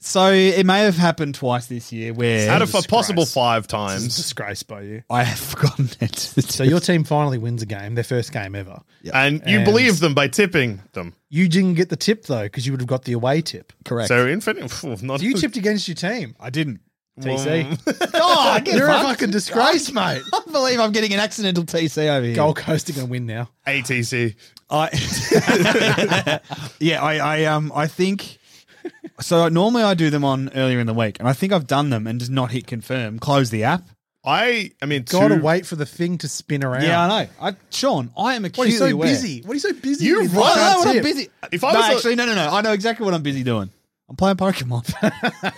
S4: So it may have happened twice this year where
S5: Out of a
S6: Jesus
S5: possible
S6: Christ.
S5: five
S6: This is
S5: times,
S6: disgraced by you.
S4: I have forgotten it.
S6: So your team finally wins a game, their first game ever.
S5: and you
S6: And-
S5: believe them by tipping them.
S6: You didn't get the tip though, because you would have got the away tip.
S4: correct.
S5: So infinite, phew, not
S6: So you tipped against your team.
S4: I didn't.
S6: TC.
S4: Oh,
S6: You're a fucking disgrace, mate.
S4: I can't believe I'm getting an accidental TC over here.
S6: Gold Coast are going to win now.
S5: ATC.
S4: I yeah, I, I um I think so. Normally I do them on earlier in the week, and I think I've done them and just not hit confirm. Close the app.
S5: I, I mean,
S6: Got to
S5: two-
S6: wait for the thing to spin around.
S4: Yeah, I know. I, Sean, I am
S6: What are
S4: acutely
S6: you so
S4: aware.
S6: busy? What are you so busy?
S5: You're
S6: with?
S5: right.
S4: I know
S6: That's
S4: what I'm
S6: it.
S4: busy.
S5: If I
S4: no,
S5: was a-
S4: actually, no, no, no. I know exactly what I'm busy doing. I'm playing Pokemon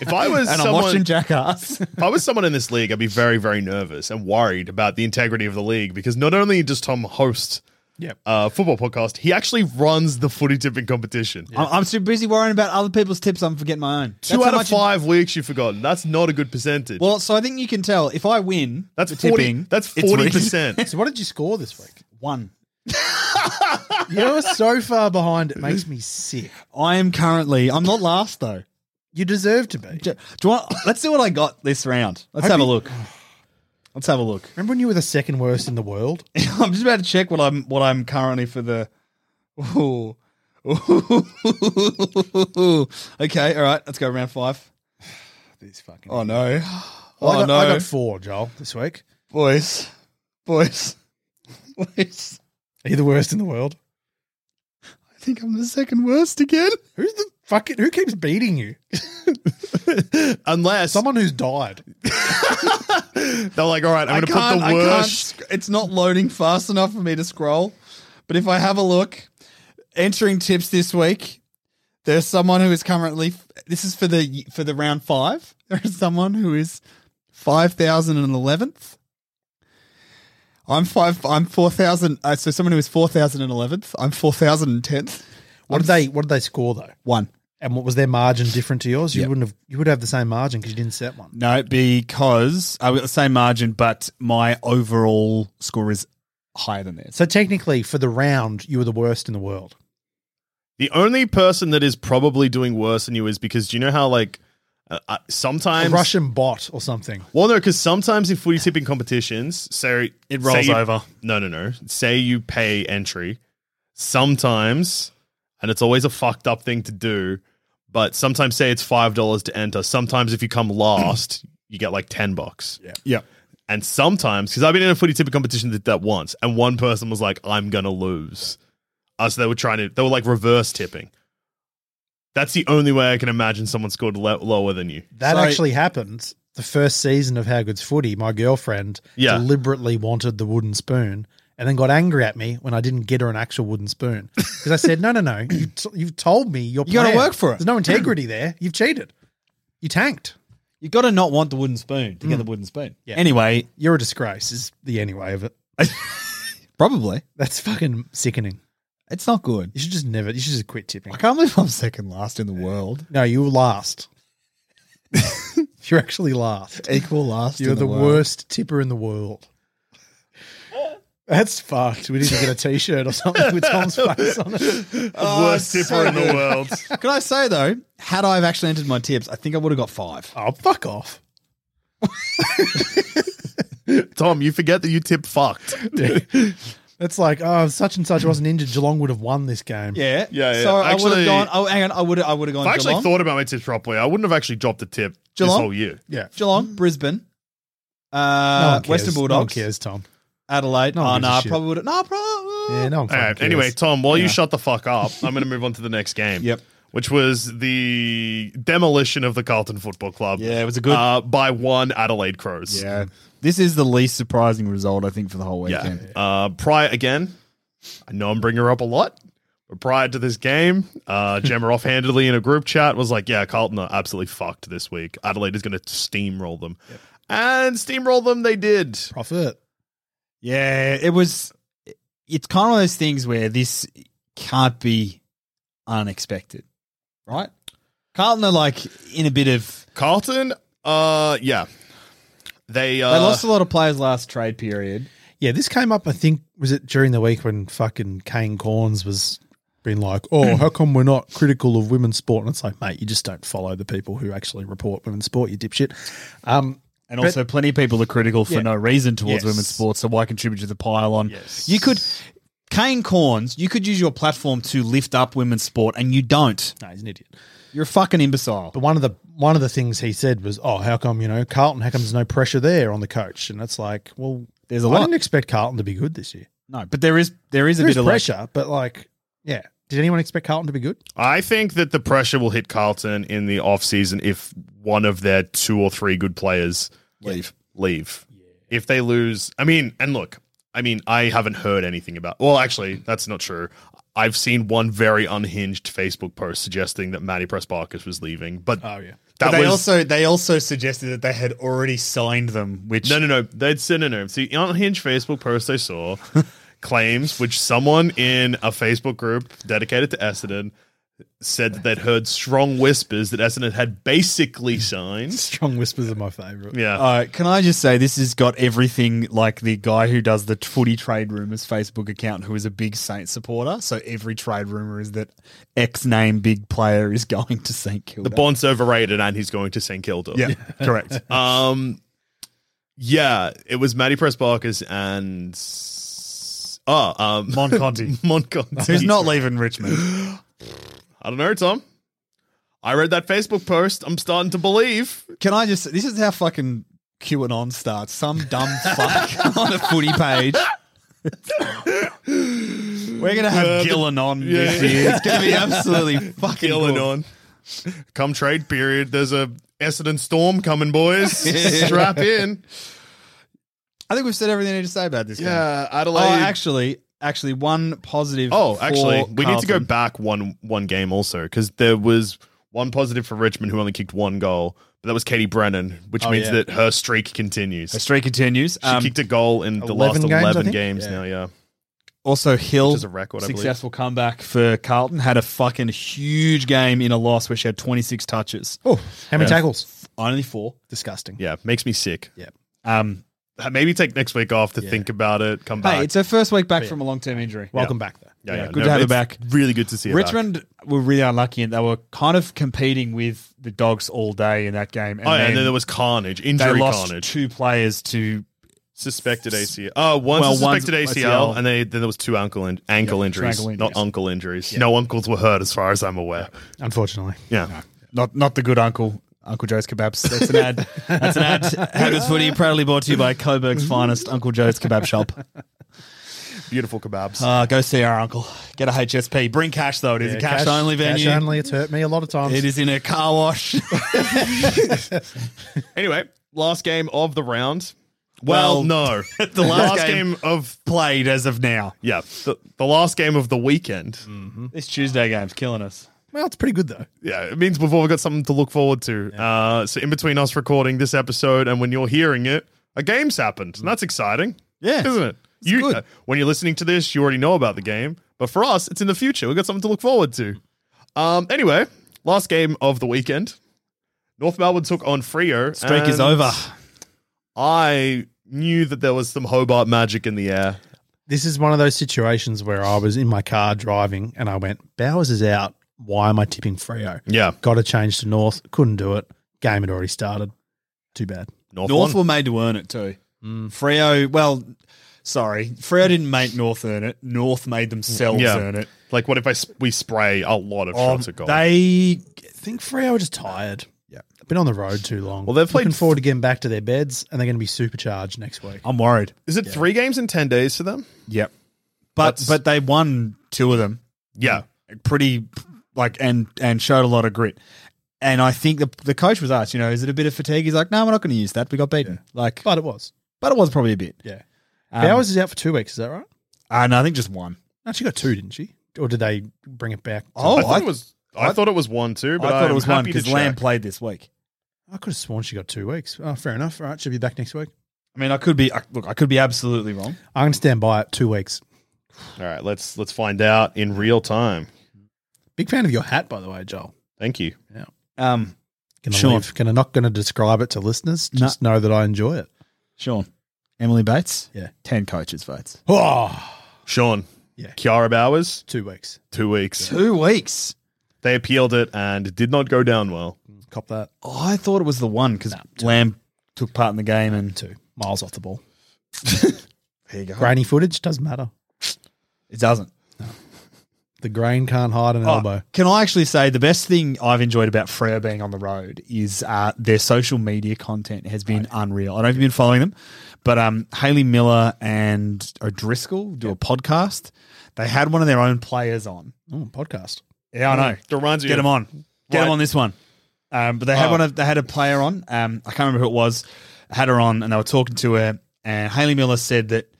S5: If I was
S4: and I'm
S5: someone,
S4: watching Jackass.
S5: if I was someone in this league, I'd be very, very nervous and worried about the integrity of the league because not only does Tom host
S6: Yep.
S5: uh, football podcast, he actually runs the footy tipping competition.
S4: I'm, I'm too busy worrying about other people's tips. I'm forgetting my own.
S5: Two
S4: That's how
S5: out of
S4: much-
S5: five weeks you've forgotten. That's not a good percentage.
S4: Well, so I think you can tell if I win.
S5: that's
S4: the
S5: forty.
S4: tipping.
S5: that's
S4: it's rigged.
S5: forty percent.
S6: So what did you score this week?
S4: One.
S6: You're so far behind. It makes me sick.
S4: I am currently. I'm not last though.
S6: You deserve to be.
S4: Do do you want, let's see what I got this round. Let's have a look. Let's have a look.
S6: Remember when you were the second worst in the world?
S4: I'm just about to check what I'm what I'm currently for the. Ooh. Ooh. okay, all right. Let's go round five.
S6: These fucking.
S4: Oh no! Oh
S6: I got,
S4: no,
S6: I got four, Joel, this week.
S4: boys, boys, boys!
S6: Are you the worst in the world?
S4: I think I'm the second worst again.
S6: Who's the fucking? Who keeps beating you?
S5: Unless
S6: Someone who's died.
S5: they're like, all right, I'm going to put the
S4: I can't
S5: worst.
S4: sc- It's not loading fast enough for me to scroll. But if I have a look, entering tips this week, there's someone who is currently. This is for the for the round five. There is someone who is five thousand and eleventh. I'm five. I'm four thousand. Uh, so someone who is four thousand and eleventh. I'm four thousand and tenth.
S6: What did they What did they score though?
S4: One.
S6: And what was their margin different to yours? You
S4: Yep.
S6: wouldn't have. You would have the same margin because you didn't set one.
S4: No, because I got the same margin, but my overall score is higher than theirs.
S6: So technically, for the round, you were the worst in the world.
S5: The only person that is probably doing worse than you is because do you know how like uh, uh,
S6: A
S5: sometimes
S6: Russian bot or something.
S5: Well, no, because sometimes in footy tipping competitions, say
S4: It rolls
S5: say you-
S4: over.
S5: No, no, no. Say you pay entry. Sometimes, and it's always a fucked up thing to do, but sometimes say it's five dollars to enter. Sometimes if you come last, you get like ten bucks. Yeah.
S4: Yeah.
S5: And sometimes, because I've been in a footy tipping competition that did that once, and one person was like, "I'm gonna lose," uh, so they were trying to, they were like reverse tipping. That's the only way I can imagine someone scored lo- lower than you.
S6: That
S4: So-
S6: actually happened. The first season of How Good's Footy, my girlfriend
S5: Yeah.
S6: deliberately wanted the wooden spoon and then got angry at me when I didn't get her an actual wooden spoon. Because I said, no, no, no. You t- you've told me your
S4: You gotta
S6: plan.
S4: work for it."
S6: There's no integrity there. You've cheated. You tanked.
S4: You got to not want the wooden spoon to get the wooden spoon.
S6: Yeah.
S4: Anyway,
S6: You're a disgrace, is the anyway of it.
S4: probably
S6: That's fucking sickening.
S4: it's not good.
S6: You should just never, you should just quit tipping.
S4: I can't believe I'm second last in the world.
S6: No, you were last. You're actually last.
S4: Equal last.
S6: You're
S4: in
S6: the,
S4: world.
S6: worst tipper in the world. That's fucked. We need to get a t-shirt or something with Tom's face on it.
S5: Worst tipper in the world.
S4: Can I say though, had I have actually entered my tips, I think I would have got five.
S6: Oh, fuck off.
S5: Tom, you forget that you tip fucked.
S6: That's like, oh, if such and such wasn't injured. Geelong would have won this game.
S4: Yeah,
S5: Yeah, yeah.
S4: So I would
S5: Actually-
S4: have gone. Oh, hang on, I would. I would have
S5: If
S4: gone.
S5: I actually
S4: Geelong,
S5: thought about my tips properly, I wouldn't have actually dropped a tip
S4: Geelong?
S5: this whole year.
S6: Yeah.
S4: Geelong, Brisbane,
S6: No
S4: uh,
S6: one cares.
S4: Western
S6: No one
S4: Bulldogs,
S6: cares, Tom.
S4: Adelaide.
S6: No
S4: oh
S6: one
S4: no,
S6: gives a
S4: I
S6: shit.
S4: probably would. have No, probably.
S6: Yeah, no
S5: All
S6: one fucking
S5: right.
S6: cares.
S5: Uh, Anyway, Tom, while you shut the fuck up, I'm going to move on to the next game.
S4: Yep.
S5: Which was the demolition of the Carlton Football Club.
S4: Yeah, it was a good-
S5: uh, by one Adelaide Crows.
S4: Yeah. This is the least surprising result, I think, for the whole
S5: yeah.
S4: weekend.
S5: Uh, prior again, I know I'm bringing her up a lot, but prior to this game, uh, Gemma offhandedly in a group chat was like, "Yeah, Carlton are absolutely fucked this week. Adelaide is going to steamroll them." And steamroll them, they did.
S6: Profit.
S4: Yeah, it was. It's kind of one of those things where this can't be unexpected, right? Carlton are like in a bit of.
S5: Carlton, uh, yeah, they uh,
S4: They lost a lot of players last trade period.
S6: Yeah, this came up, I think, was it during the week when fucking Kane Corns was being like, oh, how come we're not critical of women's sport? And it's like, mate, you just don't follow the people who actually report women's sport, you dipshit. Um,
S4: And also, plenty of people are critical for
S6: Yeah.
S4: no reason towards
S6: Yes.
S4: women's sports. So why contribute to the pile on?
S5: Yes.
S4: You could, Kane Corns, you could use your platform to lift up women's sport, and you don't.
S6: no, he's an idiot.
S4: You're a fucking imbecile.
S6: But one of the one of the things he said was, "Oh, how come you know Carlton? How come there's no pressure there on the coach?" And it's like, well,
S4: There's a
S6: I
S4: lot.
S6: didn't expect Carlton to be good this year.
S4: No, but there is there is a
S6: There's
S4: bit of like-
S6: pressure, but like, yeah, did anyone expect Carlton to be good?
S5: I think that the pressure will hit Carlton in the offseason if one of their two or three good players leave. Leave. If they lose, I mean, and look, I mean, I haven't heard anything about. Well, actually, that's not true. I've seen one very unhinged Facebook post suggesting that Matty Pressbarkis was leaving, but
S6: yeah,
S5: that
S4: they
S5: was
S4: also they also suggested that they had already signed them, which
S5: No, no, no. They'd said no, no. See, unhinged Facebook post I saw claims which someone in a Facebook group dedicated to Essendon said that they'd heard strong whispers that Essendon had basically signed.
S6: strong whispers are my favorite.
S5: Yeah.
S4: Uh, can I just say this has got everything like the guy who does the footy trade rumors Facebook account, who is a big Saint supporter. So every trade rumor is that X name big player is going to Saint Kilda.
S5: the Bond's overrated and he's going to St Kilda.
S4: yeah, correct.
S5: Um, yeah, it was Matty Pressbarkers and oh, um,
S4: Mon Conti.
S5: Monconti.
S4: Who's not leaving Richmond?
S5: I don't know, Tom. I read that Facebook post. I'm starting to believe.
S4: Can I just? This is how fucking QAnon starts. Some dumb fuck on a footy page. We're gonna have
S5: Uh, the-
S4: Gillen on
S5: yeah.
S4: this year. It's gonna be absolutely fucking
S5: Killing
S4: good.
S5: on. Come trade period. There's a Essendon storm coming, boys. Strap in.
S4: I think we've said everything I need to say about this. game.
S5: Yeah,
S4: Oh,
S5: Adelaide.
S4: actually, actually, one positive.
S5: Oh,
S4: for
S5: actually, we need to go
S4: Carlton.
S5: back one one game also because there was one positive for Richmond who only kicked one goal, but that was Katie Brennan, which
S4: Oh,
S5: means
S4: yeah.
S5: that her streak continues.
S4: The streak continues.
S5: she
S4: Um,
S5: kicked a goal in the
S6: 11
S5: last
S6: games, I
S5: eleven
S6: think?
S5: games
S6: Yeah.
S5: now. Yeah,
S4: Also, Hill,
S5: Which is a record, I believe.
S4: successful comeback for Carlton, had a fucking huge game in a loss where she had 26 touches.
S6: Oh, how many tackles?
S4: Only four.
S6: Disgusting.
S5: Yeah, makes me sick.
S6: Yeah.
S4: Um,
S5: Maybe take next week off to think about it. Come back.
S4: hey, it's her first week back from a long term injury.
S6: Welcome back, though.
S5: yeah,
S4: yeah, good to have her
S5: it's
S4: back.
S5: Really good to see her back.
S4: Richmond were really unlucky and they were kind of competing with the Dogs all day in that game. And
S5: oh, yeah,
S4: then
S5: and then there was carnage,
S4: they
S5: injury
S4: lost
S5: carnage,
S4: two players to
S5: suspected ACL. Oh, once
S4: Well,
S5: a suspected
S4: one's
S5: ACL,
S4: ACL.
S5: and they, then there was two ankle in, ankle injuries,
S4: ankle
S5: not
S4: injuries.
S5: uncle injuries. No uncles were hurt, as far as I'm aware.
S6: Unfortunately.
S5: Yeah,
S4: not not the good uncle. Uncle Joe's Kebabs. That's an ad. That's an ad. Haggard's Footy, proudly brought to you by Coburg's finest Uncle Joe's Kebab Shop.
S5: beautiful kebabs.
S4: Uh, go see our uncle. Get a HSP. Bring cash, though. It is
S6: Yeah,
S4: a cash, only venue.
S6: Cash only. It's hurt me a lot of times.
S4: It is in a car wash.
S5: anyway, last game of the round. Well,
S4: Well,
S5: no,
S4: the last game-
S5: of
S4: Played as of now.
S5: yeah, the, the last game of the weekend.
S4: Mm. This Tuesday game's killing us.
S6: Well, it's pretty good, though.
S5: Yeah, it means we've all got something to look forward to. Uh, so in between us recording this episode and when you're hearing it, a game's happened, and that's exciting.
S4: Yeah.
S5: isn't it? You
S4: good.
S5: uh, when you're listening to this, you already know about the game, but for us, it's in the future. We've got something to look forward to. Um, anyway, last game of the weekend, North Melbourne took on Frio.
S4: Streak is
S5: and
S4: over.
S5: I knew that there was some Hobart magic in the air.
S6: This is one of those situations where I was in my car driving and I went, Bowers is out. Why am I tipping Freo?
S5: Yeah,
S6: Got to change to North. Couldn't do it. Game had already started. Too bad.
S5: North.
S4: North
S5: won.
S4: were Mm. made to earn it too. Freo, well, sorry, Freo didn't make North earn it. North made themselves
S5: Yeah.
S4: earn it.
S5: Like, what if I sp- we spray a lot of
S4: Um,
S5: shots at goal?
S4: they
S6: I think Freo are just tired. Yeah. Been on the road too long.
S5: Well, they've played
S6: Looking
S5: f-
S6: forward to getting back to their beds and they're going to be supercharged next week.
S4: I'm worried.
S5: Is it three games in ten days for them?
S4: Yep. But
S5: That's-
S4: but they won two of them.
S5: Yeah.
S4: Pretty like and and showed a lot of grit. And I think the the coach was asked, you know, is it a bit of fatigue? He's like, no, we're not going to use that. We got beaten. Like, but,
S6: But it was.
S4: it was probably a bit.
S6: Yeah.
S4: Um,
S6: Bowers is out for two weeks. Is that right?
S4: and I think just one.
S6: No, she got two, didn't she? Or did they bring it back? to-
S4: Oh,
S5: I thought
S4: I-
S5: it was. I,
S4: I-
S5: thought it was one too, but
S4: I thought it was one
S5: because
S4: because Lamb played this week.
S6: I could have sworn she got two weeks. Oh, fair enough. All right, she'll be back next week.
S4: I mean, I could be I, look, I could be absolutely wrong.
S6: I'm going to stand by it. Two weeks.
S5: All right, let's let's find out in real time.
S6: Big fan of your hat, by the way, Joel.
S5: Thank you.
S4: Um,
S6: Gonna
S4: Sean.
S6: leave- Gonna not going to describe it to listeners. Just know that I enjoy it.
S4: Sean, Emily Bates,
S6: Yeah.
S4: ten coaches votes.
S6: Oh,
S5: Sean.
S6: Yeah.
S5: Kiara Bowers,
S6: two weeks.
S5: two weeks.
S4: Two weeks.
S5: They appealed it and it did not go down well.
S6: Cop that.
S4: Oh, I thought it was the one because Lamb took part in the game and
S6: Two miles off the ball.
S4: there you go.
S6: Grainy footage doesn't matter.
S4: It doesn't.
S6: The grain can't hide an elbow.
S4: Oh, can I actually say the best thing I've enjoyed about Freo being on the road is uh, their social media content has been unreal. I don't know if you've been following them, but um, Haley Miller and O'Driscoll do a podcast. They had one of their own players on.
S6: Oh, podcast.
S4: Yeah, I know.
S5: It reminds me
S4: Get
S5: of-
S4: them on. Get
S5: Right.
S4: them on this one. Um, but they had
S5: Oh.
S4: one. Of, they had a player on. Um, I can't remember who it was. Had her on, and they were talking to her. And Haley Miller said that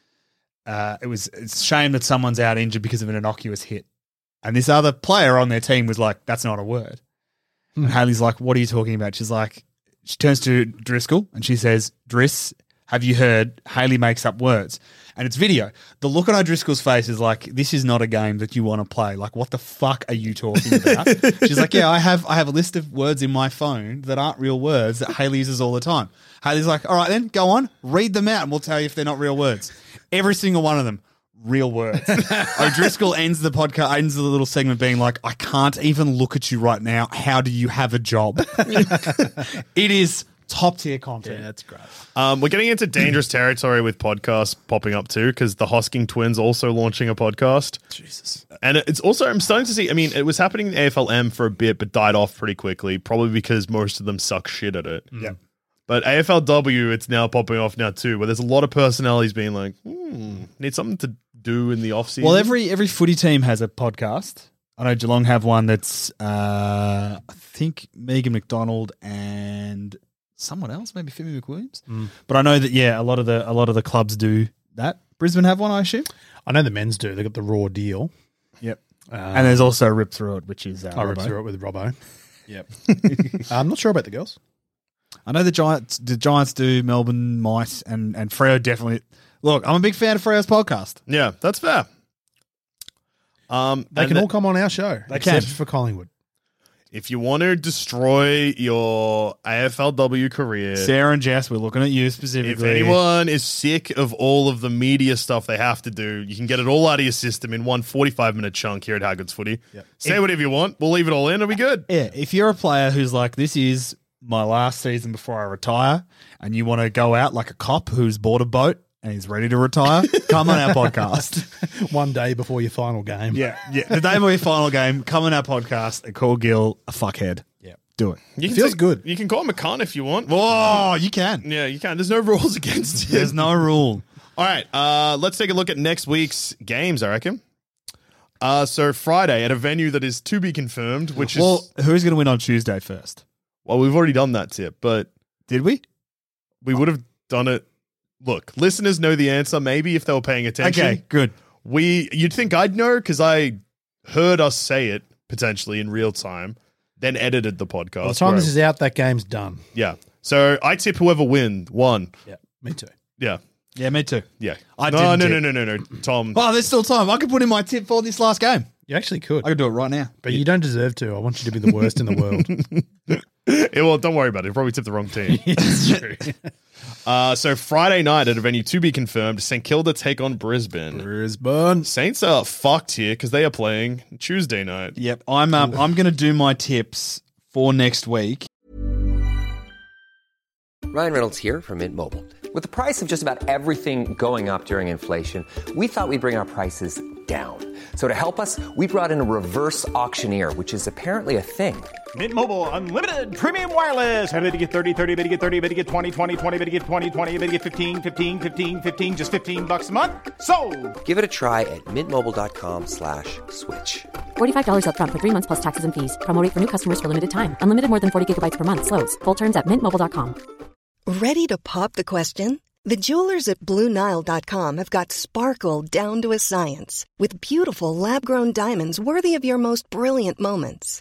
S4: uh, it was it's a shame that someone's out injured because of an innocuous hit. And this other player on their team was like, "That's not a word." And Haley's like, "What are you talking about?" She's like, she turns to Driscoll and she says, "Driss, have you heard? Haley makes up words." And it's video. The look on O'Driscoll's face is like, "This is not a game that you want to play. Like, what the fuck are you talking about?" She's like, "Yeah, I have. I have a list of words in my phone that aren't real words that Haley uses all the time." Haley's like, "All right, then go on, read them out, and we'll tell you if they're not real words. Every single one of them." real words. O'Driscoll ends the podcast, ends the little segment being like, I can't even look at you right now. How do you have a job? it is top tier content.
S6: that's great.
S5: Um, we're getting into dangerous territory with podcasts popping up too, because the Hosking twins also launching a podcast.
S6: Jesus.
S5: And it's also, I'm starting to see, I mean, it was happening in the AFLM for a bit, but died off pretty quickly, probably because most of them suck shit at it.
S6: Mm.
S4: Yeah.
S5: But AFLW, it's now popping off now too, where there's a lot of personalities being like, hmm, need something to do in the offseason.
S4: Well, every every footy team has a podcast. I know Geelong have one that's uh, I think Megan McDonald and someone else, maybe Femi McWilliams.
S6: Mm.
S4: But I know that yeah, a lot of the a lot of the clubs do that. Brisbane have one, I assume.
S6: I know the men's do. They got the raw deal.
S4: Yep.
S6: Uh,
S4: and there's also Rip Through It, which is uh,
S6: I ripped
S4: Robbo.
S6: through it with Robbo. Yep. I'm not sure about the girls.
S4: I know the Giants. The Giants do. Melbourne might, and and Freo definitely. Look, I'm a big fan of Freo's podcast.
S5: yeah, that's fair. Um,
S6: They
S5: and
S6: can
S5: the-
S6: all come on our show,
S4: They can.
S6: except for Collingwood.
S5: If you want to destroy your AFLW career,
S4: Sarah and Jess, we're looking at you
S5: if
S4: specifically.
S5: anyone is sick of all of the media stuff they have to do, you can get it all out of your system in one 45 minute chunk here at Haggard's Footy. Say whatever you want. We'll leave it all in. It'll be good.
S4: Yeah, if you're a player who's like, this is my last season before I retire, and you want to go out like a cop who's bought a boat and he's ready to retire, come on our podcast.
S6: One day before your final game.
S4: Yeah, yeah. The day of your final game, come on our podcast and call Gil a fuckhead. Yeah, do it.
S5: You can
S6: Feels
S5: say-
S6: good.
S5: You can call him a con if you want.
S4: Oh, you can.
S5: yeah, you can. There's no rules against it.
S4: There's no rule.
S5: All right, uh, let's take a look at next week's games. I reckon. Uh, so Friday at a venue that is to be confirmed, which is
S4: Well, who's going to win on Tuesday first?
S5: well, we've already done that tip, but
S4: Did we?
S5: we would have done it. Look, listeners know the answer. Maybe if they were paying attention,
S4: Okay, good.
S5: we you'd think I'd know because I heard us say it potentially in real time, then edited the podcast.
S6: By the time
S5: where
S6: this
S5: I-
S6: is out, that game's done.
S5: yeah, so I tip whoever win one.
S6: Yeah, me too.
S5: Yeah,
S4: Yeah, me too.
S5: yeah.
S4: I
S5: no,
S4: didn't
S5: no,
S4: tip.
S5: no, no, no, no, Tom.
S4: Oh, there's still time. I could put in my tip for this last game.
S6: You actually could,
S4: I could do it right now.
S6: but you don't deserve to. I want you to be the worst in the world.
S5: Yeah, well, don't worry about it. You probably tipped the wrong team. Uh, so Friday night at a venue to be confirmed, St Kilda take on Brisbane.
S6: Brisbane.
S5: Saints are fucked here because they are playing Tuesday night.
S4: Yep, I'm um, I'm going to do my tips for next week.
S7: Ryan Reynolds here from Mint Mobile. With the price of just about everything going up during inflation, we thought we'd bring our prices down. So to help us, we brought in a reverse auctioneer, which is apparently a thing.
S8: Mint Mobile unlimited premium wireless. Ready to get 30, 30, bit to get 30, bit to get 20, 20, 20, bit to get 20, 20, bit to get 15, 15, 15, 15 just 15 bucks a month. So,
S7: Give it a try at mintmobile.com slash switch.
S9: $45 upfront for three months plus taxes and fees. Promo rate for new customers for limited time. Unlimited more than 40 gigabytes per month. Slows. Full terms at mintmobile.com.
S10: Ready to pop the question? The jewelers at BlueNile.com have got sparkle down to a science with beautiful lab grown diamonds worthy of your most brilliant moments.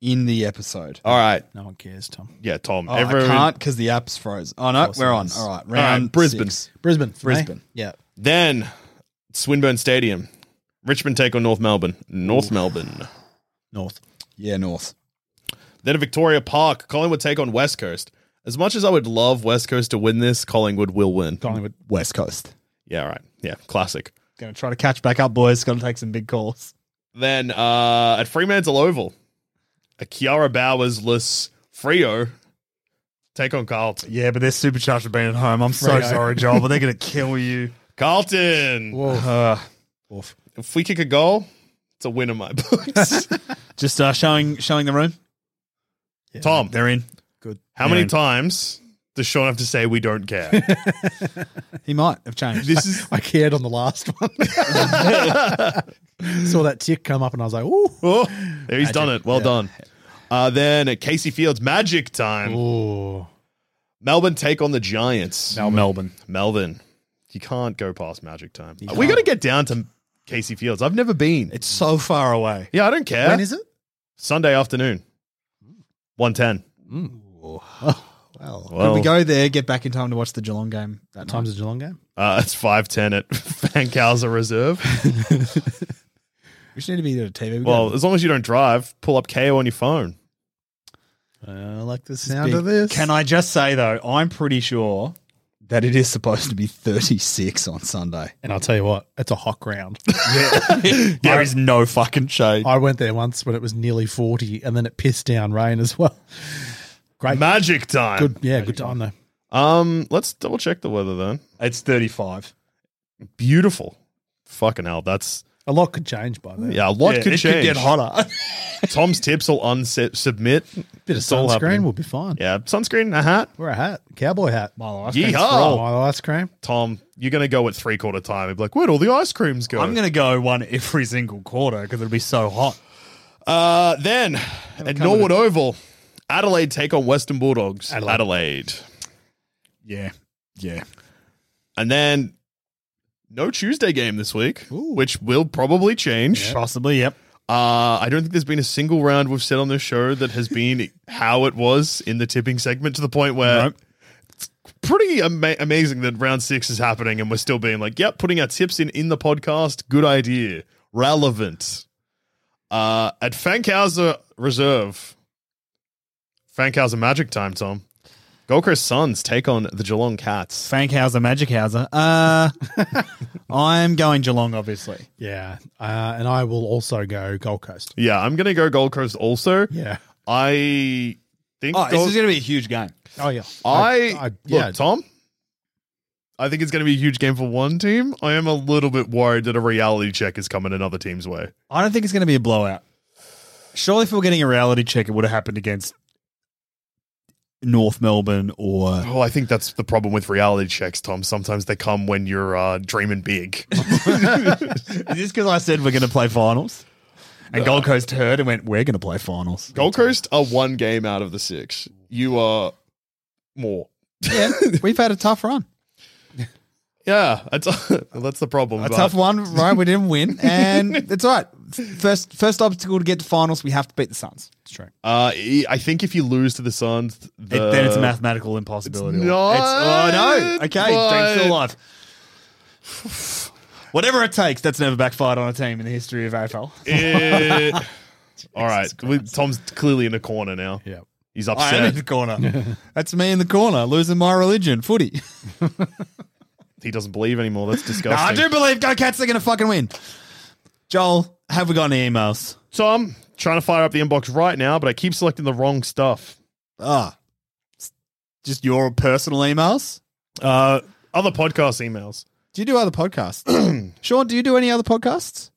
S4: in the episode.
S5: All right.
S6: No one cares, Tom.
S5: Yeah, Tom.
S4: Oh,
S5: everyone-
S4: I can't because the app's froze. Oh no, we're on. All right, round
S5: Brisbane.
S4: six.
S6: Brisbane. for me.
S4: Brisbane.
S6: Yeah.
S5: Then Swinburne Stadium. Richmond take on North Melbourne. North Melbourne.
S6: North.
S4: Yeah, North.
S5: Then at Victoria Park, Collingwood take on West Coast. As much as I would love West Coast to win this, Collingwood will win.
S6: Collingwood.
S4: West Coast.
S5: Yeah, all right. Yeah, classic.
S4: Going to try to catch back up, boys. Going to take some big calls.
S5: Then uh, at Fremantle Oval, a Kiara Bowers-less Frio take on Carlton.
S4: Yeah, but they're supercharged for being at home. I'm so
S6: Freo.
S4: sorry, Joel, but they're going to kill you.
S5: Carlton.
S4: Uh,
S5: If we kick a goal, it's a win in my books.
S4: just uh, showing showing the room.
S5: Tom,
S4: They're in.
S6: Good.
S5: how many
S4: Man.
S5: times does Sean have to say we don't care?
S4: He might have changed.
S5: this is
S6: I cared on the last one. Saw that tick come up and I was like, ooh.
S5: Oh, there he's done it. Well done. Uh, then at Casey Fields, magic time.
S6: Ooh.
S5: Melbourne take on the Giants.
S4: Melbourne. Melbourne.
S5: Melbourne, you can't go past magic time. Uh, we got to get down to Casey Fields. I've never been.
S4: It's so far away.
S5: yeah, I don't care.
S6: When is it?
S5: Sunday afternoon, one ten.
S6: Well,
S4: Oh, Could
S5: Well,
S4: we go there, get back in time to watch the Geelong game that
S6: what
S4: time.
S6: time's the Geelong game?
S5: uh, it's five ten at Fancalza Reserve.
S4: We just need to be there at TV. We
S5: well,
S4: got-
S5: as long as you don't drive, pull up KO on your phone.
S6: I like the sound
S4: big.
S6: of this.
S4: Can I just say though, I'm pretty sure that it is supposed to be 36 on Sunday.
S6: And I'll tell you what, it's a hot ground.
S4: there is no fucking shade.
S6: I went there once when it was nearly 40 and then it pissed down rain as well. Great.
S5: Magic time.
S6: Good. Yeah, good time though.
S5: Um, let's double check the weather then.
S4: It's 35.
S5: Beautiful. Fucking hell, that's
S6: A lot could change by then.
S5: yeah. A lot
S4: Yeah,
S5: could
S4: it
S5: change.
S4: could get hotter.
S5: Tom's tips will unsubmit.
S6: Bit of sunscreen, we'll be fine.
S5: Yeah, sunscreen, uh-huh. a hat.
S6: Wear a hat, cowboy hat.
S4: Milo
S5: ice cream's Yeehaw!
S6: Oh,
S5: Oh.
S6: Milo ice cream.
S5: Tom, you're gonna go at three quarter time. He'd be like, "Where'd all the ice creams go?"
S4: I'm going to go one every single quarter because it'll be so hot.
S5: Uh, then at Norwood Oval, Adelaide take on Western Bulldogs.
S4: Adelaide.
S5: Adelaide.
S4: Yeah. Yeah.
S5: And then no Tuesday game this week, which will probably change.
S4: Possibly, yep.
S5: Uh, I don't think there's been a single round we've said on this show that has been how it was in the tipping segment to the point
S4: Uh,
S5: where it's pretty ama- amazing that round six is happening and we're still being like, yep, putting our tips in in the podcast. Good idea. Relevant. Uh, at Fankhauser Reserve, Fankhauser Magic time, Tom. Gold Coast Suns take on the Geelong Cats.
S4: Fankhauser, Magichauser. Uh, I'm going Geelong, obviously.
S6: Yeah, uh, and I will also go Gold Coast.
S5: Yeah, I'm going to go Gold Coast also.
S6: Yeah.
S5: I think
S4: Oh, this
S5: Gold-
S4: is going to be a huge game.
S6: Oh yeah.
S5: I,
S6: I-
S4: uh,
S5: look,
S6: yeah.
S5: Tom. I think it's going to be a huge game for one team. I am a little bit worried that a reality check is coming another team's way.
S4: I don't think it's going to be a blowout. Surely, if we we're getting a reality check, it would have happened against North Melbourne or
S5: Oh, I think that's the problem with reality checks, Tom. Sometimes they come when you're uh, dreaming big.
S4: Is this because I said we're going to play finals? And Gold Coast heard and went, we're going to play finals.
S5: Gold Coast are one game out of the six. You are more.
S4: Yeah, we've had a tough run.
S5: Yeah, that's that's the problem.
S4: A
S5: but-
S4: tough one, right? We didn't win. And it's all right. First, first obstacle to get to finals, we have to beat the Suns. It's true.
S5: Uh, e- I think if you lose to the Suns,
S4: It,
S5: the,
S4: then it's a mathematical impossibility.
S5: Uh, It's
S4: oh, no.
S5: not,
S4: Okay, James
S5: but-
S4: still alive. Whatever it takes, that's never backfired on a team in the history of AFL.
S5: Eh, all right, we, Tom's clearly in a corner now.
S6: Yeah.
S5: He's
S4: I am in the
S5: upset.
S4: corner. that's me in the corner, losing my religion, footy.
S5: He doesn't believe anymore. That's
S4: No, I
S5: disgusting.
S4: do believe Go Cats are going to fucking win. Joel, have we got any emails?
S5: Tom, trying to fire up the inbox right now, but I keep selecting the wrong stuff.
S4: Ah, s- just your personal emails.
S5: Uh, other podcast emails.
S4: Do you do other podcasts? Sean, do you do any other podcasts?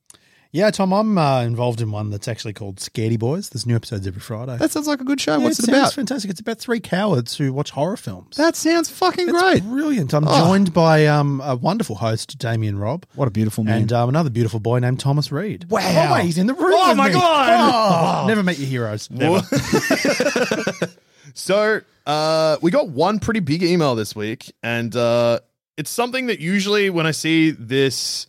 S6: Yeah, Tom, I'm uh, involved in one that's actually called Scaredy Boys. There's new episodes every Friday.
S4: That sounds like a good show.
S6: Yeah,
S4: What's it,
S6: sounds
S4: about?
S6: fantastic. It's about three cowards who watch horror films.
S4: That sounds fucking
S6: It's
S4: great.
S6: brilliant. I'm
S5: Ah.
S4: Oh.
S6: joined by um, a wonderful host, Damien Robb,
S4: What a beautiful Oh, man.
S6: and um, another beautiful boy named Thomas Reed.
S4: Wow.
S6: Oh, wait, he's in the room.
S4: Oh,
S6: with
S4: my
S6: me.
S4: God.
S6: Oh, never met your heroes.
S5: So uh, we got one pretty big email this week, and uh, it's something that usually when I see this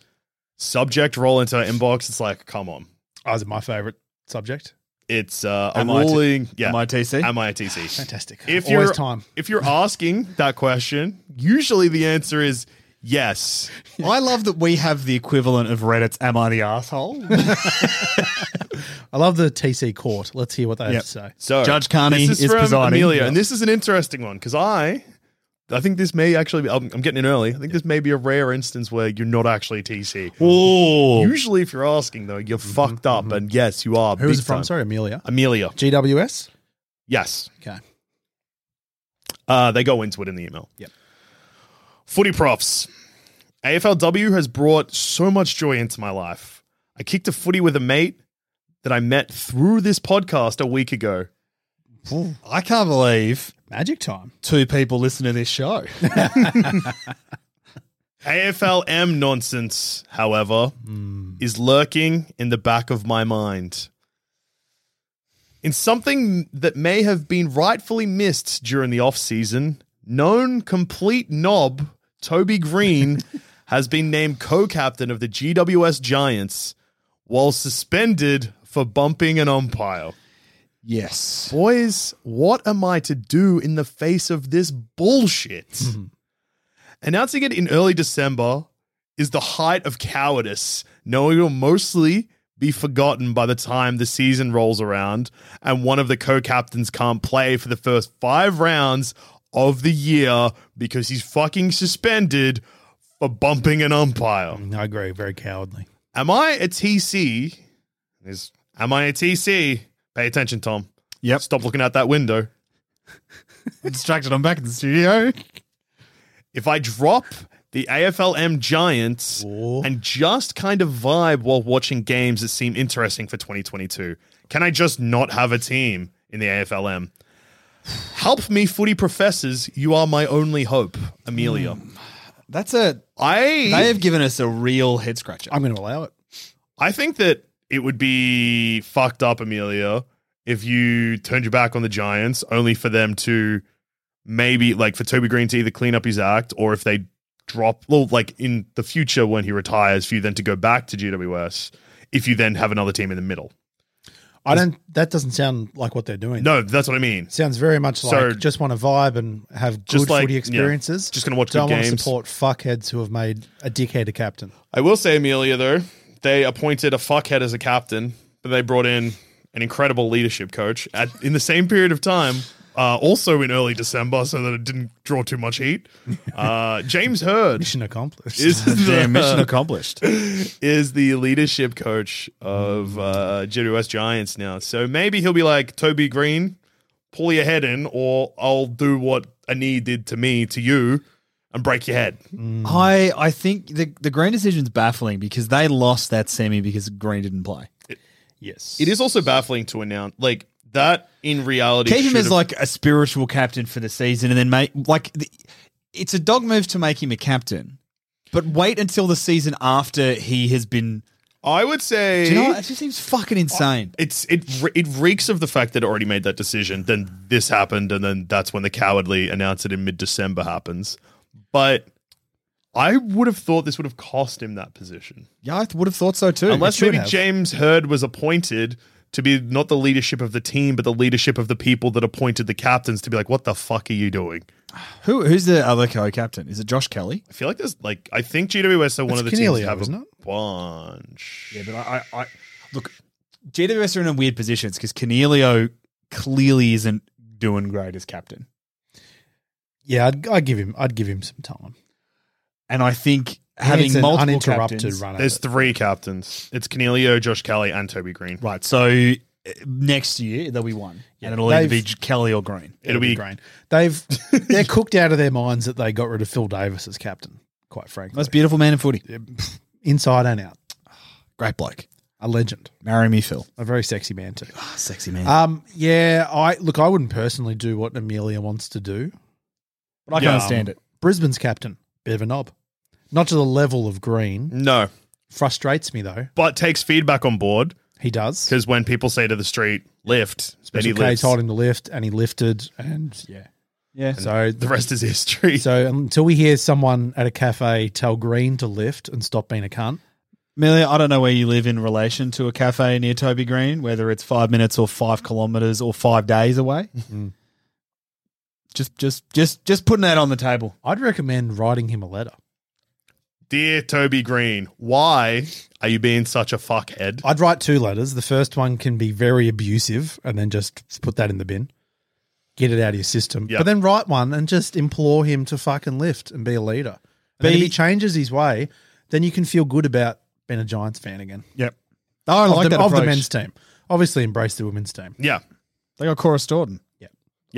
S5: subject roll into our inbox, it's like, come on.
S6: Oh, is it my favorite subject?
S5: It's uh, a
S4: MIT.
S5: ruling. Yeah.
S4: MITC?
S5: MITC.
S6: Fantastic.
S5: If
S6: Always
S5: you're,
S6: time.
S5: If you're asking that question, usually the answer is yes.
S4: I love that we have the equivalent of Reddit's "Am I the asshole?"
S6: I love the TC court. Let's hear what they
S4: Yep.
S6: have to say.
S5: So
S4: Judge Carney
S5: this
S4: is
S5: from
S4: presiding.
S5: Amelia,
S4: Yeah.
S5: and this is an interesting one because I, I think this may actually. Be, I'm, I'm getting in early. I think this may be a rare instance where you're not actually TC.
S4: oh,
S5: Usually, if you're asking though, you're
S4: Mm-hmm,
S5: fucked up, and yes, you are.
S6: Who is
S5: big
S6: it from?
S5: time.
S6: Sorry, Amelia.
S5: Amelia.
S6: GWS.
S5: Yes.
S6: Okay.
S5: Uh, they go into it in the email.
S6: Yep.
S5: Footy props. AFLW has brought so much joy into my life. I kicked a footy with a mate that I met through this podcast a week ago.
S4: I can't believe
S6: Magic time.
S4: two people listen to this show.
S5: AFLM nonsense, however, is lurking in the back of my mind. In something that may have been rightfully missed during the offseason, known complete knob Toby Green has been named co captain of the GWS Giants while suspended for bumping an umpire.
S4: yes,
S5: Boys, what am I to do in the face of this bullshit? Announcing it in early December is the height of cowardice, knowing it will mostly be forgotten by the time the season rolls around and one of the co captains can't play for the first five rounds of the year because he's fucking suspended for bumping an umpire.
S6: I agree. Very cowardly.
S5: Am I a TC? Is am I a TC? Pay attention, Tom.
S4: Yep.
S5: Stop looking out that window.
S4: I'm distracted. I'm back in the studio.
S5: If I drop the AFLM Giants and just kind of vibe while watching games that seem interesting for 2022, can I just not have a team in the AFLM? Help me, footy professors. You are my only hope, Amelia.
S4: That's a.
S5: I
S4: They have given us a real head scratcher.
S6: I'm going to allow it.
S5: I think that it would be fucked up, Amelia, if you turned your back on the Giants, only for them to maybe like for Toby Green to either clean up his act or if they drop well, like in the future when he retires, for you then to go back to GWS if you then have another team in the middle.
S6: I don't. That doesn't sound like what they're doing.
S5: No, that's what I mean.
S6: Sounds very much like
S5: So-
S6: just want to vibe and have good
S5: Just like-
S6: footy
S5: yeah,
S6: experiences.
S5: just gonna watch
S6: Don't
S5: good
S6: want to
S5: games.
S6: support fuckheads who have made a dickhead a captain.
S5: I will say Amelia though, they appointed a fuckhead as a captain, but they brought in an incredible leadership coach at in the same period of time. Uh, also in early December, so that it didn't draw too much heat. Uh, James Hurd
S6: Mission accomplished.
S5: is the
S4: Damn, mission accomplished.
S5: is the leadership coach of uh, GWS Giants now. So maybe he'll be like Toby Green, pull your head in, or I'll do what Ani did to me to you and break your head.
S4: I I think the the Green decision's baffling because they lost that semi because Green didn't play.
S6: Yes,
S5: It is also baffling to announce like that in reality.
S4: Keep him
S5: should
S4: as
S5: have-
S4: like a spiritual captain for the season, and then make like the, it's a dog move to make him a captain. But wait until the season after he has been.
S5: I would say
S4: Do you know what? It just seems fucking insane.
S5: it's it re- it reeks of the fact that it already made that decision. Then this happened, and then that's when the cowardly announced it in mid December happens. But I would have thought this would have cost him that position,
S4: Yeah, I would have thought so too.
S5: unless
S4: It should
S5: maybe
S4: have.
S5: James Hurd was appointed to be not the leadership of the team, but the leadership of the people that appointed the captains to be like, "What the fuck are you doing?"
S4: Who who's the other co-captain? Is it Josh Kelly?
S5: I feel like there's like I think GWS are one
S6: It's
S5: of the teams
S6: Cornelia,
S5: that have
S6: isn't
S5: a
S6: it?
S5: bunch.
S4: Yeah, but I, I, I look. GWS are in weird positions because Cornelio clearly isn't doing great as captain,
S6: Yeah, I'd, I'd give him. I'd give him some time.
S4: and I think
S6: He needs
S4: having
S6: an
S4: multiple
S6: uninterrupted
S4: captains,
S6: run. at
S5: There's
S6: it.
S5: three captains. It's Cornelio, Josh Kelly, and Toby Green.
S4: Right. So uh, next year there'll be one, and it'll either be
S6: They've-
S4: J- Kelly or Green.
S5: It'll be
S6: Green. They've they're cooked out of their minds that they got rid of Phil Davis as captain. Quite frankly,
S4: Most beautiful man in footy.
S6: inside and out,
S4: Great bloke.
S6: a legend,
S4: Marry me, Phil.
S6: a very sexy man too.
S4: Ah, sexy man.
S6: Um, yeah, I look. I wouldn't personally do what Amelia wants to do.
S4: but I can
S5: yeah. um,
S4: understand it.
S6: Brisbane's captain, bit of a knob, not to the level of Green.
S5: No,
S6: Frustrates me though.
S5: but takes feedback on board
S6: He does.
S5: because when people say to the street lift, then he
S6: Special K
S5: lifts.
S6: told him to lift, and he lifted, and yeah.
S4: Yeah.
S6: So
S5: The rest is history.
S6: So until we hear someone at a cafe tell Green to lift and stop being a cunt,
S4: Amelia, I don't know where you live in relation to a cafe near Toby Green, whether it's five minutes or five kilometers or five days away.
S5: Mm-hmm.
S4: Just, just, just, just putting that on the table.
S6: I'd recommend writing him a letter.
S5: Dear Toby Green, why are you being such a fuckhead?
S6: I'd write two letters. The first one can be very abusive and then just put that in the bin. Get it out of your system.
S5: Yeah.
S6: But then write one and just implore him to fucking lift and be a leader. And then if
S4: Be-
S6: he changes his way, then you can feel good about being a Giants fan again.
S4: Yep. I
S6: Of
S4: like
S6: the-
S4: that
S6: of the
S4: approach.
S6: men's team. Obviously embrace the women's team.
S5: Yeah,
S4: They got Cora Staunton,
S5: yeah.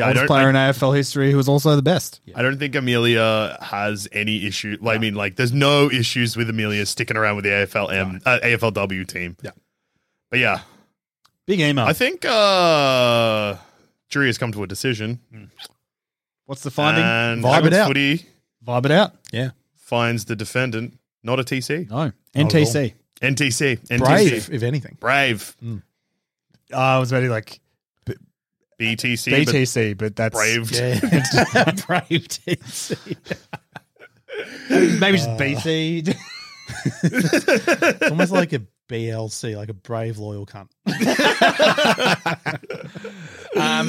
S5: I
S4: oldest
S5: don't.
S4: player
S5: I,
S4: in AFL history, who was also the best.
S5: I don't think Amelia has any issue. Like, I mean, like, there's no issues with Amelia sticking around with the AFLM, uh, AFLW team.
S6: Yeah.
S5: but yeah,
S4: Big email.
S5: I think uh jury has come to a decision.
S4: What's the finding?
S5: And
S4: Vibe
S5: Hammond
S4: it out.
S5: Footy
S4: Vibe it out.
S6: Yeah.
S5: finds the defendant not a TC.
S4: No. NTC.
S5: NTC. NTC.
S6: Brave, if anything.
S5: Brave.
S4: Uh, I was ready like
S5: BTC. but
S4: BTC, but that's
S5: Braved.
S6: Brave TC.
S5: Uh.
S4: Maybe just BC.
S6: It's almost like a BLC, like a brave, loyal cunt.
S4: um,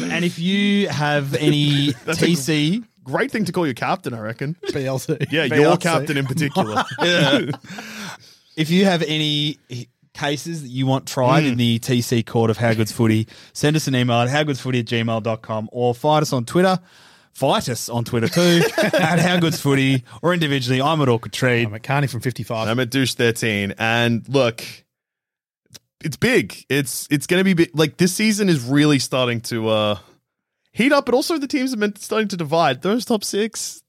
S4: and if you have any TC,
S5: Great thing to call your captain, I reckon.
S6: BLC.
S5: Yeah, your captain in particular. yeah.
S4: if you have any cases that you want tried in the TC court of How Good's Footy, send us an email at howgoodsfooty at gmail.com or fight us on Twitter. Fight us on Twitter too at How Good's Footy or individually. I'm at Orchid Tree.
S6: I'm at Carney from 55.
S5: I'm at douche 13. And look, it's big. It's it's going to be big. Like, this season is really starting to uh heat up, but also the teams have been starting to divide. Those top six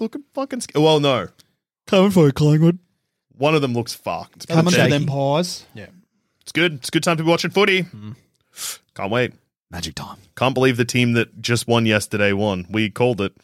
S5: looking fucking. Sc- well, no.
S4: Coming for you, Collingwood.
S5: One of them looks fucked.
S4: Coming for
S5: Jake.
S4: them pies.
S5: It's good. It's a good time to be watching footy. Can't wait.
S4: Magic time.
S5: Can't believe the team that just won yesterday won. We called it.